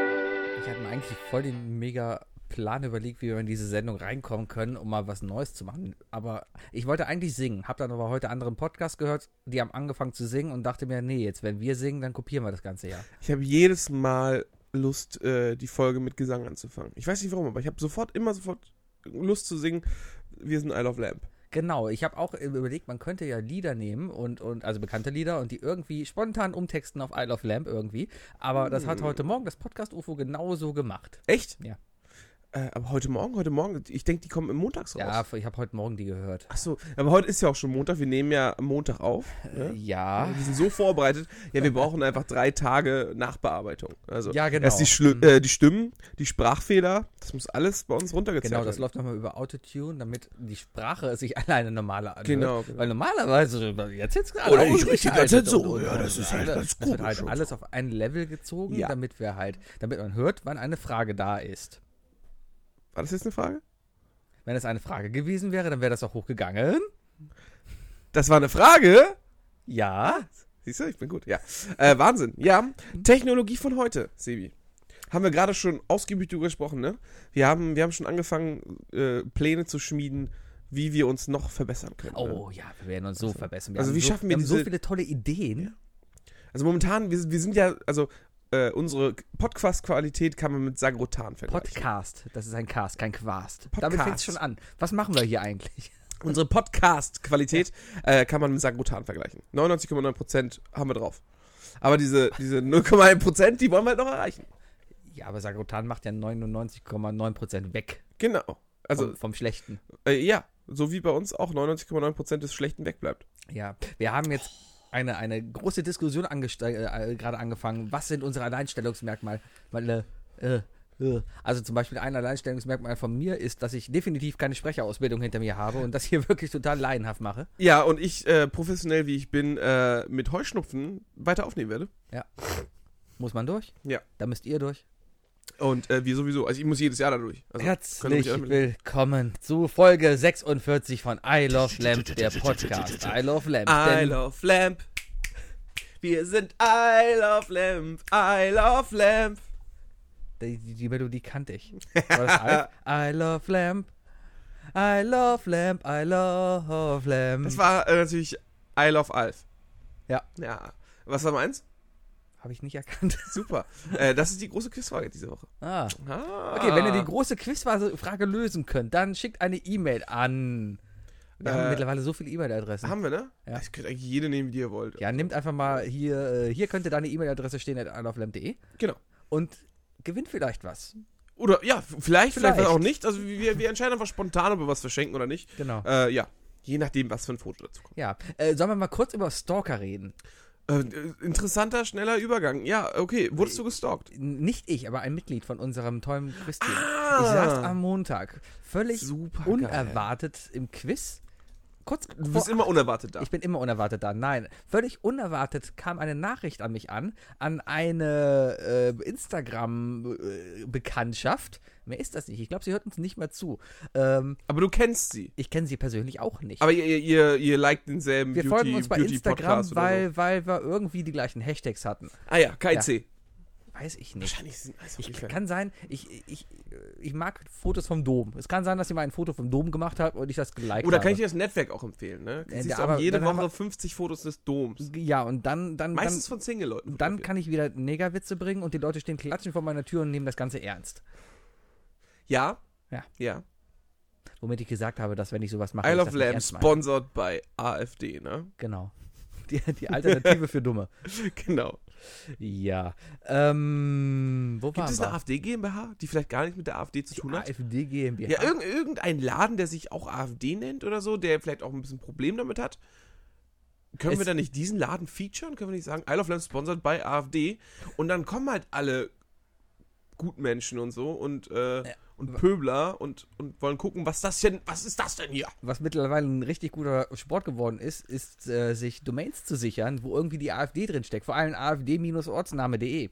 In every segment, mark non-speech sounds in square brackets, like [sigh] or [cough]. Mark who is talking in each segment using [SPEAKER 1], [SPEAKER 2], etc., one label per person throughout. [SPEAKER 1] wir hatten eigentlich voll den mega Plan überlegt, wie wir in diese Sendung reinkommen können, um mal was Neues zu machen. Aber ich wollte eigentlich singen, habe dann aber heute anderen Podcast gehört, die haben angefangen zu singen und dachte mir, nee, jetzt wenn wir singen, dann kopieren wir das ganze Jahr.
[SPEAKER 2] Ich habe jedes Mal Lust, äh, die Folge mit Gesang anzufangen. Ich weiß nicht warum, aber ich habe sofort, immer sofort Lust zu singen. Wir sind Isle of Lamp.
[SPEAKER 1] Genau, ich habe auch überlegt, man könnte ja Lieder nehmen und, und also bekannte Lieder und die irgendwie spontan umtexten auf Isle of Lamp irgendwie. Aber das hat heute Morgen das Podcast UFO genauso genau gemacht.
[SPEAKER 2] Echt?
[SPEAKER 1] Ja.
[SPEAKER 2] Äh, aber heute Morgen, heute Morgen, ich denke, die kommen im Montags raus.
[SPEAKER 1] Ja, ich habe heute Morgen die gehört.
[SPEAKER 2] Ach so, aber heute ist ja auch schon Montag. Wir nehmen ja am Montag auf. Ne?
[SPEAKER 1] Ja.
[SPEAKER 2] Wir sind so vorbereitet. Ja, wir brauchen einfach drei Tage Nachbearbeitung. Also
[SPEAKER 1] Ja, genau.
[SPEAKER 2] erst die, Schlü- äh, die Stimmen, die Sprachfehler, das muss alles bei uns runtergezerrt
[SPEAKER 1] Genau, das
[SPEAKER 2] werden.
[SPEAKER 1] läuft nochmal über Autotune, damit die Sprache sich [laughs] alleine normaler anhört.
[SPEAKER 2] Genau, genau.
[SPEAKER 1] Weil normalerweise, jetzt jetzt gerade.
[SPEAKER 2] Oder ich
[SPEAKER 1] die
[SPEAKER 2] rede die ganze
[SPEAKER 1] alte
[SPEAKER 2] Zeit so.
[SPEAKER 1] Dodoma.
[SPEAKER 2] Ja, das ist halt ganz
[SPEAKER 1] Das wird
[SPEAKER 2] komisch
[SPEAKER 1] halt
[SPEAKER 2] und
[SPEAKER 1] alles auf ein Level gezogen,
[SPEAKER 2] Ja.
[SPEAKER 1] damit wir halt, damit man hört, wann eine Frage da ist.
[SPEAKER 2] War das jetzt eine Frage?
[SPEAKER 1] Wenn es eine Frage gewesen wäre, dann wäre das auch hochgegangen.
[SPEAKER 2] Das war eine Frage?
[SPEAKER 1] Ja.
[SPEAKER 2] Siehst du, ich bin gut. Ja. Äh, Wahnsinn. Ja, Technologie von heute, Sebi. Haben wir gerade schon ausgiebig drüber gesprochen, ne? Wir haben, wir haben schon angefangen, äh, Pläne zu schmieden, wie wir uns noch verbessern können. Ne?
[SPEAKER 1] Oh ja, wir werden uns so verbessern. Wir
[SPEAKER 2] Also
[SPEAKER 1] haben
[SPEAKER 2] wie
[SPEAKER 1] so,
[SPEAKER 2] schaffen wir
[SPEAKER 1] haben so
[SPEAKER 2] diese-
[SPEAKER 1] viele tolle Ideen?
[SPEAKER 2] Also momentan, wir, wir sind ja, also äh, unsere Podcast-Qualität kann man mit Sagrotan vergleichen.
[SPEAKER 1] Podcast, das ist ein Cast, kein Quast. Damit fängt es
[SPEAKER 2] Podcast.
[SPEAKER 1] schon an. Was machen wir hier eigentlich?
[SPEAKER 2] unsere Podcast-Qualität äh, kann man mit Sagrotan vergleichen. 99,9% haben wir drauf. Aber diese, diese 0,1%, die wollen wir halt noch erreichen.
[SPEAKER 1] Ja, aber Sagrotan macht ja 99,9% weg
[SPEAKER 2] Genau. Also,
[SPEAKER 1] vom, vom Schlechten.
[SPEAKER 2] äh, ja, so wie bei uns auch 99,9% des Schlechten wegbleibt.
[SPEAKER 1] Ja, wir haben jetzt eine, eine große Diskussion angeste äh, äh, gerade angefangen. Was sind unsere Alleinstellungsmerkmale? Weil, äh, äh, also zum Beispiel ein Alleinstellungsmerkmal von mir ist, dass ich definitiv keine Sprecherausbildung hinter mir habe und das hier [laughs] wirklich total laienhaft mache.
[SPEAKER 2] Ja, und ich, äh, professionell wie ich bin, äh, mit Heuschnupfen weiter aufnehmen werde.
[SPEAKER 1] Muss man durch?
[SPEAKER 2] Ja.
[SPEAKER 1] Da müsst ihr durch.
[SPEAKER 2] Und äh, wir sowieso. Also ich muss jedes Jahr da durch. Also, können
[SPEAKER 1] Herzlich
[SPEAKER 2] wir mich-
[SPEAKER 1] willkommen zu Folge 46 von I Love Lamp, der Podcast. I Love Lamp.
[SPEAKER 2] I
[SPEAKER 1] denn-
[SPEAKER 2] love Lamp. Wir sind I love Lamp. I love Lamp.
[SPEAKER 1] Die, die, die Melodie kannte
[SPEAKER 2] [laughs]
[SPEAKER 1] ich. War das alt? I love Lamp. I love Lamp. I love Lamp.
[SPEAKER 2] Das war äh, natürlich I love Alf.
[SPEAKER 1] Ja.
[SPEAKER 2] Ja. Was war meins?
[SPEAKER 1] Habe ich nicht erkannt. [laughs]
[SPEAKER 2] Super. äh, das ist die große Quizfrage diese Woche.
[SPEAKER 1] Ah.
[SPEAKER 2] Ah.
[SPEAKER 1] Okay, wenn ihr die große Quizfrage lösen könnt, dann schickt eine E-Mail an. Wir haben
[SPEAKER 2] Äh,
[SPEAKER 1] mittlerweile so viele E-Mail-Adressen.
[SPEAKER 2] Haben wir, ne?
[SPEAKER 1] Ja.
[SPEAKER 2] Ich könnte eigentlich jede nehmen, die ihr wollt.
[SPEAKER 1] Ja, nehmt einfach mal hier, äh, hier könnte deine E-Mail-Adresse stehen, at aloflamp.de
[SPEAKER 2] Genau. Äh.
[SPEAKER 1] und gewinnt vielleicht was.
[SPEAKER 2] Oder ja, vielleicht, vielleicht,
[SPEAKER 1] Vielleicht.
[SPEAKER 2] auch nicht. Also wir, wir entscheiden einfach spontan, ob wir was verschenken oder nicht.
[SPEAKER 1] Genau.
[SPEAKER 2] Äh, ja. Je nachdem, was für ein Foto dazu kommt.
[SPEAKER 1] Ja, äh, sollen wir mal kurz über Stalker reden?
[SPEAKER 2] Äh, äh, interessanter, schneller Übergang. Ja, okay. Wurdest du gestalkt?
[SPEAKER 1] N- Nicht ich, aber ein Mitglied von unserem tollen Quiz-Team.
[SPEAKER 2] Ah!
[SPEAKER 1] Ich saß am Montag völlig
[SPEAKER 2] Supergeil.
[SPEAKER 1] unerwartet im Quiz. Kurz
[SPEAKER 2] Du bist
[SPEAKER 1] vor
[SPEAKER 2] immer unerwartet da.
[SPEAKER 1] Ich bin immer unerwartet da. Nein, völlig unerwartet kam eine Nachricht an mich an, an eine äh, Instagram-Bekanntschaft. Mehr ist das nicht. Ich glaube, sie hört uns nicht mehr zu. Ähm,
[SPEAKER 2] Aber du kennst sie.
[SPEAKER 1] ich kenne sie persönlich auch nicht.
[SPEAKER 2] Aber ihr, ihr, ihr, ihr liked denselben
[SPEAKER 1] wir
[SPEAKER 2] Beauty,
[SPEAKER 1] folgen uns bei
[SPEAKER 2] Beauty
[SPEAKER 1] Instagram,
[SPEAKER 2] Podcast oder
[SPEAKER 1] weil, weil wir irgendwie die gleichen Hashtags hatten.
[SPEAKER 2] so. Ah ja, KIC.
[SPEAKER 1] Weiß ich nicht.
[SPEAKER 2] Wahrscheinlich sind
[SPEAKER 1] Ich,
[SPEAKER 2] Eishockey-Fan.
[SPEAKER 1] kann sein, ich, ich, ich mag Fotos vom Dom. Es kann sein, dass ihr mal ein Foto vom Dom gemacht habt und ich das geliked
[SPEAKER 2] Oder
[SPEAKER 1] habe.
[SPEAKER 2] kann ich dir das Netzwerk auch empfehlen, ne? Du
[SPEAKER 1] Äh,
[SPEAKER 2] siehst
[SPEAKER 1] da- aber
[SPEAKER 2] auch jede
[SPEAKER 1] dann haben
[SPEAKER 2] Woche
[SPEAKER 1] wir-
[SPEAKER 2] 50 Fotos des Doms.
[SPEAKER 1] ja, und dann, dann, dann,
[SPEAKER 2] Meistens von Single-Leuten.
[SPEAKER 1] dann kann ich wieder Negerwitze bringen und die Leute stehen klatschen vor meiner Tür und nehmen das Ganze ernst.
[SPEAKER 2] Ja.
[SPEAKER 1] Ja.
[SPEAKER 2] Ja.
[SPEAKER 1] Womit ich gesagt habe, dass wenn ich sowas mache,
[SPEAKER 2] I
[SPEAKER 1] ich
[SPEAKER 2] Love
[SPEAKER 1] das nicht
[SPEAKER 2] Lamb,
[SPEAKER 1] ernst meine.
[SPEAKER 2] sponsored by AfD, ne? [laughs]
[SPEAKER 1] Genau. [laughs] Die, die Alternative für Dumme.
[SPEAKER 2] Genau.
[SPEAKER 1] Ja. Ähm, wo
[SPEAKER 2] Gibt
[SPEAKER 1] waren
[SPEAKER 2] es
[SPEAKER 1] wir?
[SPEAKER 2] eine AfD GmbH, die vielleicht gar nicht mit der AfD zu tun hat?
[SPEAKER 1] AfD GmbH.
[SPEAKER 2] Ja, irg irgendein Laden, der sich auch AfD nennt oder so, der vielleicht auch ein bisschen Problem damit hat. Können
[SPEAKER 1] Es-
[SPEAKER 2] wir da nicht diesen Laden featuren? Können wir nicht sagen, Isle of Lamb sponsored by AfD? Und dann kommen halt alle Gutmenschen und so und, äh, und Pöbler und, und wollen gucken, was das denn, was ist das denn hier?
[SPEAKER 1] Was mittlerweile ein richtig guter Sport geworden ist, ist äh, sich Domains zu sichern, wo irgendwie die AfD drinsteckt. Vor allem afd-ortsname.de. E.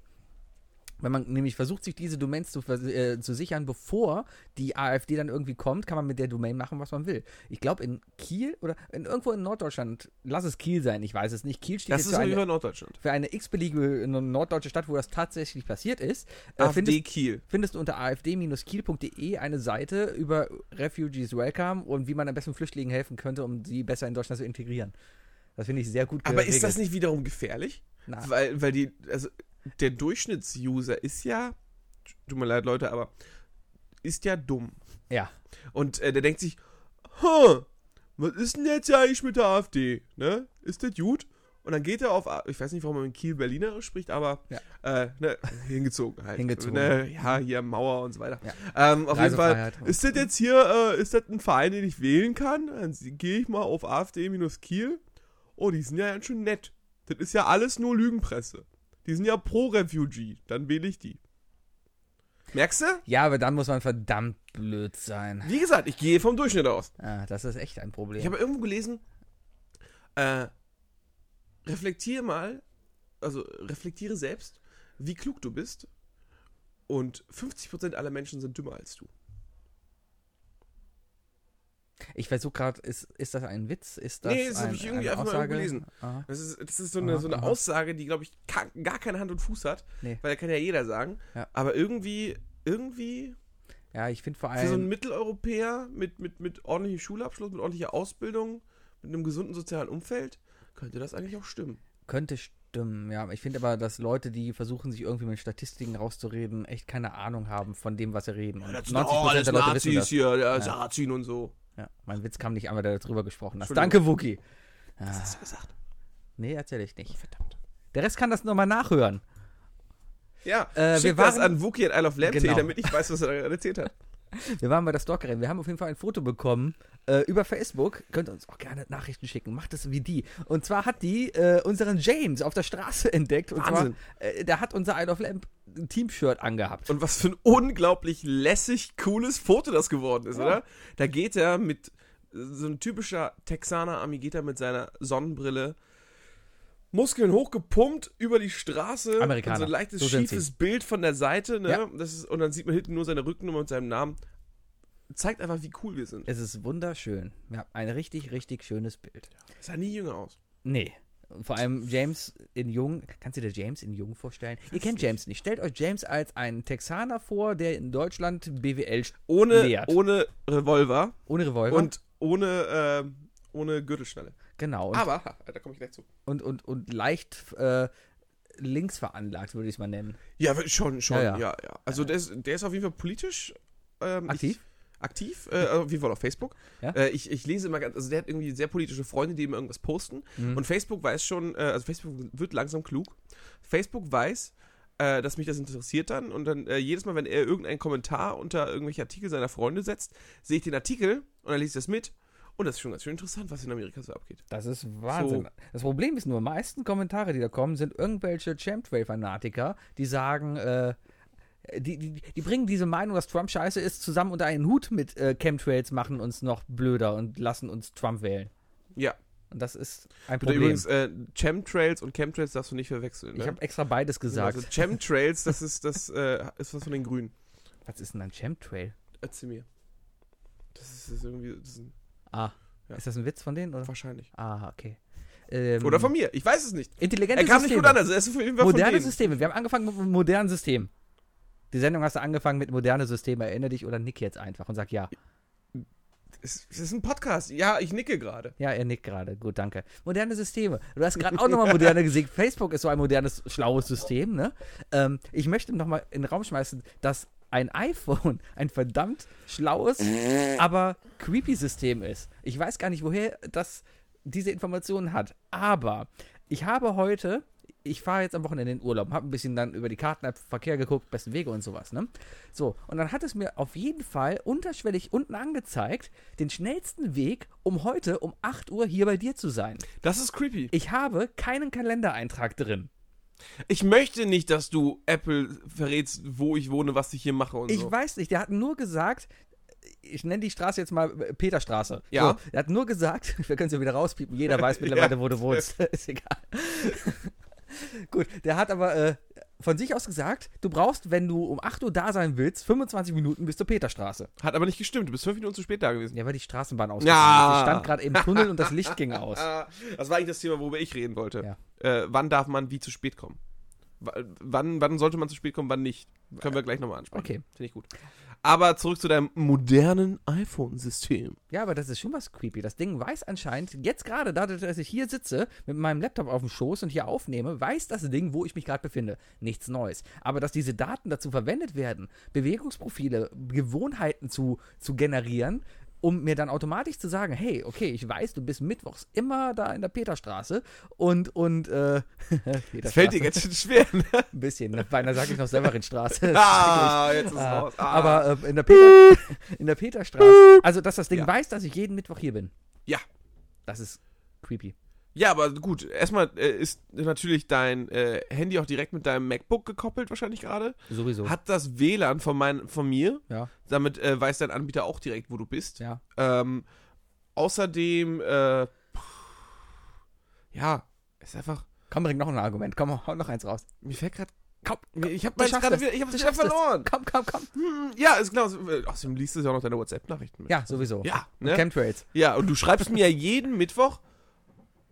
[SPEAKER 1] Wenn man nämlich versucht, sich diese Domains zu, vers- äh, zu sichern, bevor die AfD dann irgendwie kommt, kann man mit der Domain machen, was man will. Ich glaube, in Kiel oder in, irgendwo in Norddeutschland, lass es Kiel sein, ich weiß es nicht. Kiel steht
[SPEAKER 2] Das
[SPEAKER 1] jetzt
[SPEAKER 2] ist
[SPEAKER 1] für
[SPEAKER 2] nur über
[SPEAKER 1] eine,
[SPEAKER 2] Norddeutschland.
[SPEAKER 1] für eine x-beliebige äh, norddeutsche Stadt, wo das tatsächlich passiert ist. Äh, findest,
[SPEAKER 2] AfD Kiel.
[SPEAKER 1] findest du unter afd-kiel.de eine Seite über Refugees Welcome und wie man am besten Flüchtlingen helfen könnte, um sie besser in Deutschland zu integrieren. Das finde ich sehr gut
[SPEAKER 2] Aber ist das nicht wiederum gefährlich?
[SPEAKER 1] Na,
[SPEAKER 2] Weil, weil die, also der Durchschnittsuser ist ja, tut mir leid, Leute, aber ist ja dumm.
[SPEAKER 1] ja.
[SPEAKER 2] Und äh, der denkt sich, huh, was ist denn jetzt ja eigentlich mit der AfD? Ne? Ist das gut? Und dann geht er auf, A- ich weiß nicht, warum man in Kiel Berliner spricht, aber
[SPEAKER 1] Ja.
[SPEAKER 2] äh, ne, hingezogen halt.
[SPEAKER 1] Hingezogen.
[SPEAKER 2] Ne, ja, hier Mauer und so weiter. Ähm, auf jeden Fall,
[SPEAKER 1] Reisefreiheit.
[SPEAKER 2] ist das jetzt hier, äh, ist das ein Verein, den ich wählen kann? Dann se- gehe ich mal auf AfD-Kiel. Oh, die sind ja ganz schön nett. Das ist ja alles nur Lügenpresse. Die sind ja pro Refugee. Dann wähle ich die. Merkst du?
[SPEAKER 1] Ja, aber dann muss man verdammt blöd sein.
[SPEAKER 2] Wie gesagt, ich gehe vom Durchschnitt aus.
[SPEAKER 1] Ah, das ist echt ein Problem.
[SPEAKER 2] Ich habe irgendwo gelesen, äh, reflektiere mal, also reflektiere selbst, wie klug du bist. Und 50% aller Menschen sind dümmer als du.
[SPEAKER 1] Ich versuche gerade, ist, ist das ein Witz? Ist das
[SPEAKER 2] Nee, das hab
[SPEAKER 1] ein-
[SPEAKER 2] ich irgendwie
[SPEAKER 1] eine
[SPEAKER 2] einfach mal
[SPEAKER 1] Aussage?
[SPEAKER 2] irgendwo gelesen.
[SPEAKER 1] Aha.
[SPEAKER 2] Das ist, das ist so eine,
[SPEAKER 1] Aha,
[SPEAKER 2] so eine
[SPEAKER 1] aha.
[SPEAKER 2] Aussage, die, glaube ich, ka- gar keine Hand und Fuß hat,
[SPEAKER 1] Nee.
[SPEAKER 2] weil da kann ja jeder sagen.
[SPEAKER 1] Ja.
[SPEAKER 2] Aber irgendwie, irgendwie,
[SPEAKER 1] Ja, ich finde vor
[SPEAKER 2] für so einen
[SPEAKER 1] allem,
[SPEAKER 2] Mitteleuropäer mit, mit, mit ordentlichem Schulabschluss, mit ordentlicher Ausbildung, mit einem gesunden sozialen Umfeld, könnte das eigentlich auch stimmen.
[SPEAKER 1] könnte stimmen, ja. Ich finde aber, dass Leute, die versuchen, sich irgendwie mit Statistiken rauszureden, echt keine Ahnung haben von dem, was sie reden. Und der Leute wissen das.
[SPEAKER 2] hier, der
[SPEAKER 1] Ja.
[SPEAKER 2] Sarazin und so.
[SPEAKER 1] Ja, mein Witz kam nicht an, weil du darüber gesprochen hast.
[SPEAKER 2] Entschuldigung.
[SPEAKER 1] Danke, Wookie. Ah.
[SPEAKER 2] Was hast du gesagt?
[SPEAKER 1] Nee, erzähl ich nicht.
[SPEAKER 2] Oh, Verdammt.
[SPEAKER 1] Der Rest kann das nochmal nachhören.
[SPEAKER 2] Ja,
[SPEAKER 1] Äh,
[SPEAKER 2] schick
[SPEAKER 1] wir
[SPEAKER 2] das
[SPEAKER 1] waren-
[SPEAKER 2] an Wookie at Isle of Lamb,
[SPEAKER 1] Genau.
[SPEAKER 2] damit ich weiß, was er da gerade erzählt hat.
[SPEAKER 1] Wir waren bei der Stalkerin. Wir haben auf jeden Fall ein Foto bekommen äh, über Facebook. Könnt ihr uns auch gerne Nachrichten schicken. Macht es wie die. Und zwar hat die äh, unseren James auf der Straße [laughs] entdeckt. Und
[SPEAKER 2] Wahnsinn.
[SPEAKER 1] zwar, äh, der hat unser Isle of Lamp Team-Shirt angehabt.
[SPEAKER 2] Und was für ein unglaublich lässig cooles Foto das geworden ist,
[SPEAKER 1] Ja.
[SPEAKER 2] oder? Da geht er mit äh, so ein typischer Texaner-Ami geht er mit seiner Sonnenbrille, Muskeln hochgepumpt über die Straße,
[SPEAKER 1] Amerikaner.
[SPEAKER 2] und so ein leichtes
[SPEAKER 1] So sind
[SPEAKER 2] schiefes Bild von der Seite, ne?
[SPEAKER 1] Ja.
[SPEAKER 2] Das ist, und dann sieht man hinten nur seine Rückennummer und seinen Namen. Zeigt einfach, wie cool wir sind.
[SPEAKER 1] Es ist wunderschön. Ja, ein richtig, richtig schönes Bild.
[SPEAKER 2] Sah nie jünger aus.
[SPEAKER 1] Nee. Vor allem James in Jung. Kannst du dir James in Jung vorstellen? Ihr kennt James nicht. Stellt euch James als einen Texaner vor, der in Deutschland BWL st-
[SPEAKER 2] Ohne,
[SPEAKER 1] Leert.
[SPEAKER 2] ohne Revolver.
[SPEAKER 1] ohne Revolver.
[SPEAKER 2] Und ohne, ähm, ohne Gürtelschnalle.
[SPEAKER 1] genau. Und,
[SPEAKER 2] Aber, ha, da komme ich gleich zu.
[SPEAKER 1] und, und, und leicht äh, links veranlagt, würde ich es mal nennen.
[SPEAKER 2] Ja, w- schon, schon,
[SPEAKER 1] Ja, ja.
[SPEAKER 2] ja, ja. Also der ist, der ist auf jeden Fall politisch ähm,
[SPEAKER 1] Aktiv?
[SPEAKER 2] Ich, aktiv, äh, auf jeden Fall auf Facebook.
[SPEAKER 1] Ja.
[SPEAKER 2] Äh, ich, ich lese immer ganz, also der hat irgendwie sehr politische Freunde, die ihm irgendwas posten. Und Facebook weiß schon, äh, also Facebook wird langsam klug. Facebook weiß, äh, dass mich das interessiert dann und dann äh, jedes Mal, wenn er irgendeinen Kommentar unter irgendwelche Artikel seiner Freunde setzt, sehe ich den Artikel und dann lese ich das mit. Und das ist schon ganz schön interessant, was in Amerika so abgeht.
[SPEAKER 1] Das ist Wahnsinn. Das Problem ist nur, die meisten Kommentare, die da kommen, sind irgendwelche Chemtrail-Fanatiker, die sagen, äh, die, die, die bringen diese Meinung, dass Trump scheiße ist, zusammen unter einen Hut mit äh, Chemtrails, machen uns noch blöder und lassen uns Trump wählen.
[SPEAKER 2] Ja.
[SPEAKER 1] Und das ist ein
[SPEAKER 2] Bitte
[SPEAKER 1] Problem.
[SPEAKER 2] übrigens, äh, Chemtrails und Chemtrails darfst du nicht verwechseln. Ne?
[SPEAKER 1] ich habe extra beides gesagt.
[SPEAKER 2] Also Chemtrails, das ist das äh, ist was von den Grünen.
[SPEAKER 1] Was ist denn ein Chemtrail?
[SPEAKER 2] Erzähl mir. Das ist, das ist irgendwie das ist ein-
[SPEAKER 1] Ah,
[SPEAKER 2] Ja.
[SPEAKER 1] ist das ein Witz von denen? Oder?
[SPEAKER 2] wahrscheinlich.
[SPEAKER 1] Ah, okay. Ähm,
[SPEAKER 2] Oder von mir. Ich weiß es nicht.
[SPEAKER 1] intelligente
[SPEAKER 2] Er kam nicht
[SPEAKER 1] Systeme.
[SPEAKER 2] gut an. Also er ist auf jeden Fall von
[SPEAKER 1] Moderne
[SPEAKER 2] denen.
[SPEAKER 1] Systeme. Wir haben angefangen mit einem modernen System. Die Sendung hast du angefangen mit moderne Systeme. Erinnere dich oder nick jetzt einfach und sag ja.
[SPEAKER 2] Es es ist ein Podcast. Ja, ich nicke gerade.
[SPEAKER 1] Ja, er nickt gerade. Gut, danke. Moderne Systeme. Du hast gerade auch nochmal moderne gesehen. Facebook ist so ein modernes, schlaues System, ne? Ähm, ich möchte nochmal in den Raum schmeißen, dass ein iPhone [laughs] ein verdammt schlaues, aber creepy System ist. Ich weiß gar nicht, woher das diese Informationen hat. Aber ich habe heute, ich fahre jetzt am Wochenende in den Urlaub, habe ein bisschen dann über die Karten-App Verkehr geguckt, besten Wege und sowas, ne? So, und dann hat es mir auf jeden Fall unterschwellig unten angezeigt, den schnellsten Weg, um heute um 8 Uhr hier bei dir zu sein.
[SPEAKER 2] Das ist creepy.
[SPEAKER 1] Ich habe keinen Kalendereintrag drin.
[SPEAKER 2] Ich möchte nicht, dass du Apple verrätst, wo ich wohne, was ich hier mache und
[SPEAKER 1] Ich
[SPEAKER 2] so.
[SPEAKER 1] weiß nicht, der hat nur gesagt, ich nenne die Straße jetzt mal äh, Peterstraße.
[SPEAKER 2] Ja.
[SPEAKER 1] So, er hat nur gesagt, [laughs] wir können es ja wieder rauspiepen, [laughs]
[SPEAKER 2] [laughs]
[SPEAKER 1] jeder weiß mittlerweile, wo du wohnst. Ist egal. Gut, der hat aber äh, von sich aus gesagt, du brauchst, wenn du um 8 Uhr da sein willst, 25 Minuten bis zur Peterstraße.
[SPEAKER 2] Hat aber nicht gestimmt. Du bist fünf Minuten zu spät da gewesen.
[SPEAKER 1] Ja, weil die Straßenbahn aus.
[SPEAKER 2] Ja.
[SPEAKER 1] Ich stand gerade im Tunnel und das Licht
[SPEAKER 2] [laughs]
[SPEAKER 1] ging aus.
[SPEAKER 2] Ah, das war eigentlich das Thema, worüber ich reden wollte. Äh, wann darf man wie zu spät kommen? W- Wann, wann sollte man zu spät kommen, wann nicht? Können wir gleich nochmal ansprechen.
[SPEAKER 1] Okay.
[SPEAKER 2] Finde ich gut. Aber zurück zu deinem modernen iPhone-System.
[SPEAKER 1] Ja, aber das ist schon was creepy. Das Ding weiß anscheinend, jetzt gerade, dadurch, dass ich hier sitze, mit meinem Laptop auf dem Schoß und hier aufnehme, weiß das Ding, wo ich mich gerade befinde. Nichts Neues. Aber dass diese Daten dazu verwendet werden, Bewegungsprofile, Gewohnheiten zu, zu generieren, um mir dann automatisch zu sagen, hey, okay, ich weiß, du bist mittwochs immer da in der Peterstraße und, und, äh, [laughs]
[SPEAKER 2] Das fällt dir ganz schön [laughs] schwer. Ne?
[SPEAKER 1] ein bisschen. ne? Beinahe sage ich noch selber in
[SPEAKER 2] [laughs]
[SPEAKER 1] Straße. Das ist
[SPEAKER 2] ah, jetzt ist es
[SPEAKER 1] Ah,
[SPEAKER 2] raus. Ah.
[SPEAKER 1] Aber äh, in, der Peter, [laughs] in der Peterstraße. Also, dass das Ding
[SPEAKER 2] Ja.
[SPEAKER 1] weiß, dass ich jeden Mittwoch hier bin.
[SPEAKER 2] Ja.
[SPEAKER 1] Das ist creepy.
[SPEAKER 2] Ja, aber gut, erstmal äh, ist natürlich dein äh, Handy auch direkt mit deinem MacBook gekoppelt, wahrscheinlich gerade.
[SPEAKER 1] Sowieso.
[SPEAKER 2] Hat das WLAN von, mein, von mir.
[SPEAKER 1] ja,
[SPEAKER 2] Damit äh, weiß dein Anbieter auch direkt, wo du bist.
[SPEAKER 1] ja.
[SPEAKER 2] Ähm, außerdem, äh, pff, ja, ist einfach.
[SPEAKER 1] Komm, bring noch ein Argument. Komm, hau noch eins raus.
[SPEAKER 2] Mir fällt gerade.
[SPEAKER 1] Komm,
[SPEAKER 2] Ich habe
[SPEAKER 1] du
[SPEAKER 2] meins
[SPEAKER 1] schaffst
[SPEAKER 2] gerade
[SPEAKER 1] das.
[SPEAKER 2] wieder. Ich habe
[SPEAKER 1] Du
[SPEAKER 2] es wieder
[SPEAKER 1] schaffst das.
[SPEAKER 2] verloren.
[SPEAKER 1] Komm, komm, komm.
[SPEAKER 2] Hm, ja, ist genau. so- Außerdem liest du ja auch noch deine WhatsApp-Nachrichten mit.
[SPEAKER 1] Ja, sowieso.
[SPEAKER 2] Ja,
[SPEAKER 1] Und
[SPEAKER 2] ne?
[SPEAKER 1] Chemtrails.
[SPEAKER 2] ja, und du schreibst mir ja jeden Mittwoch,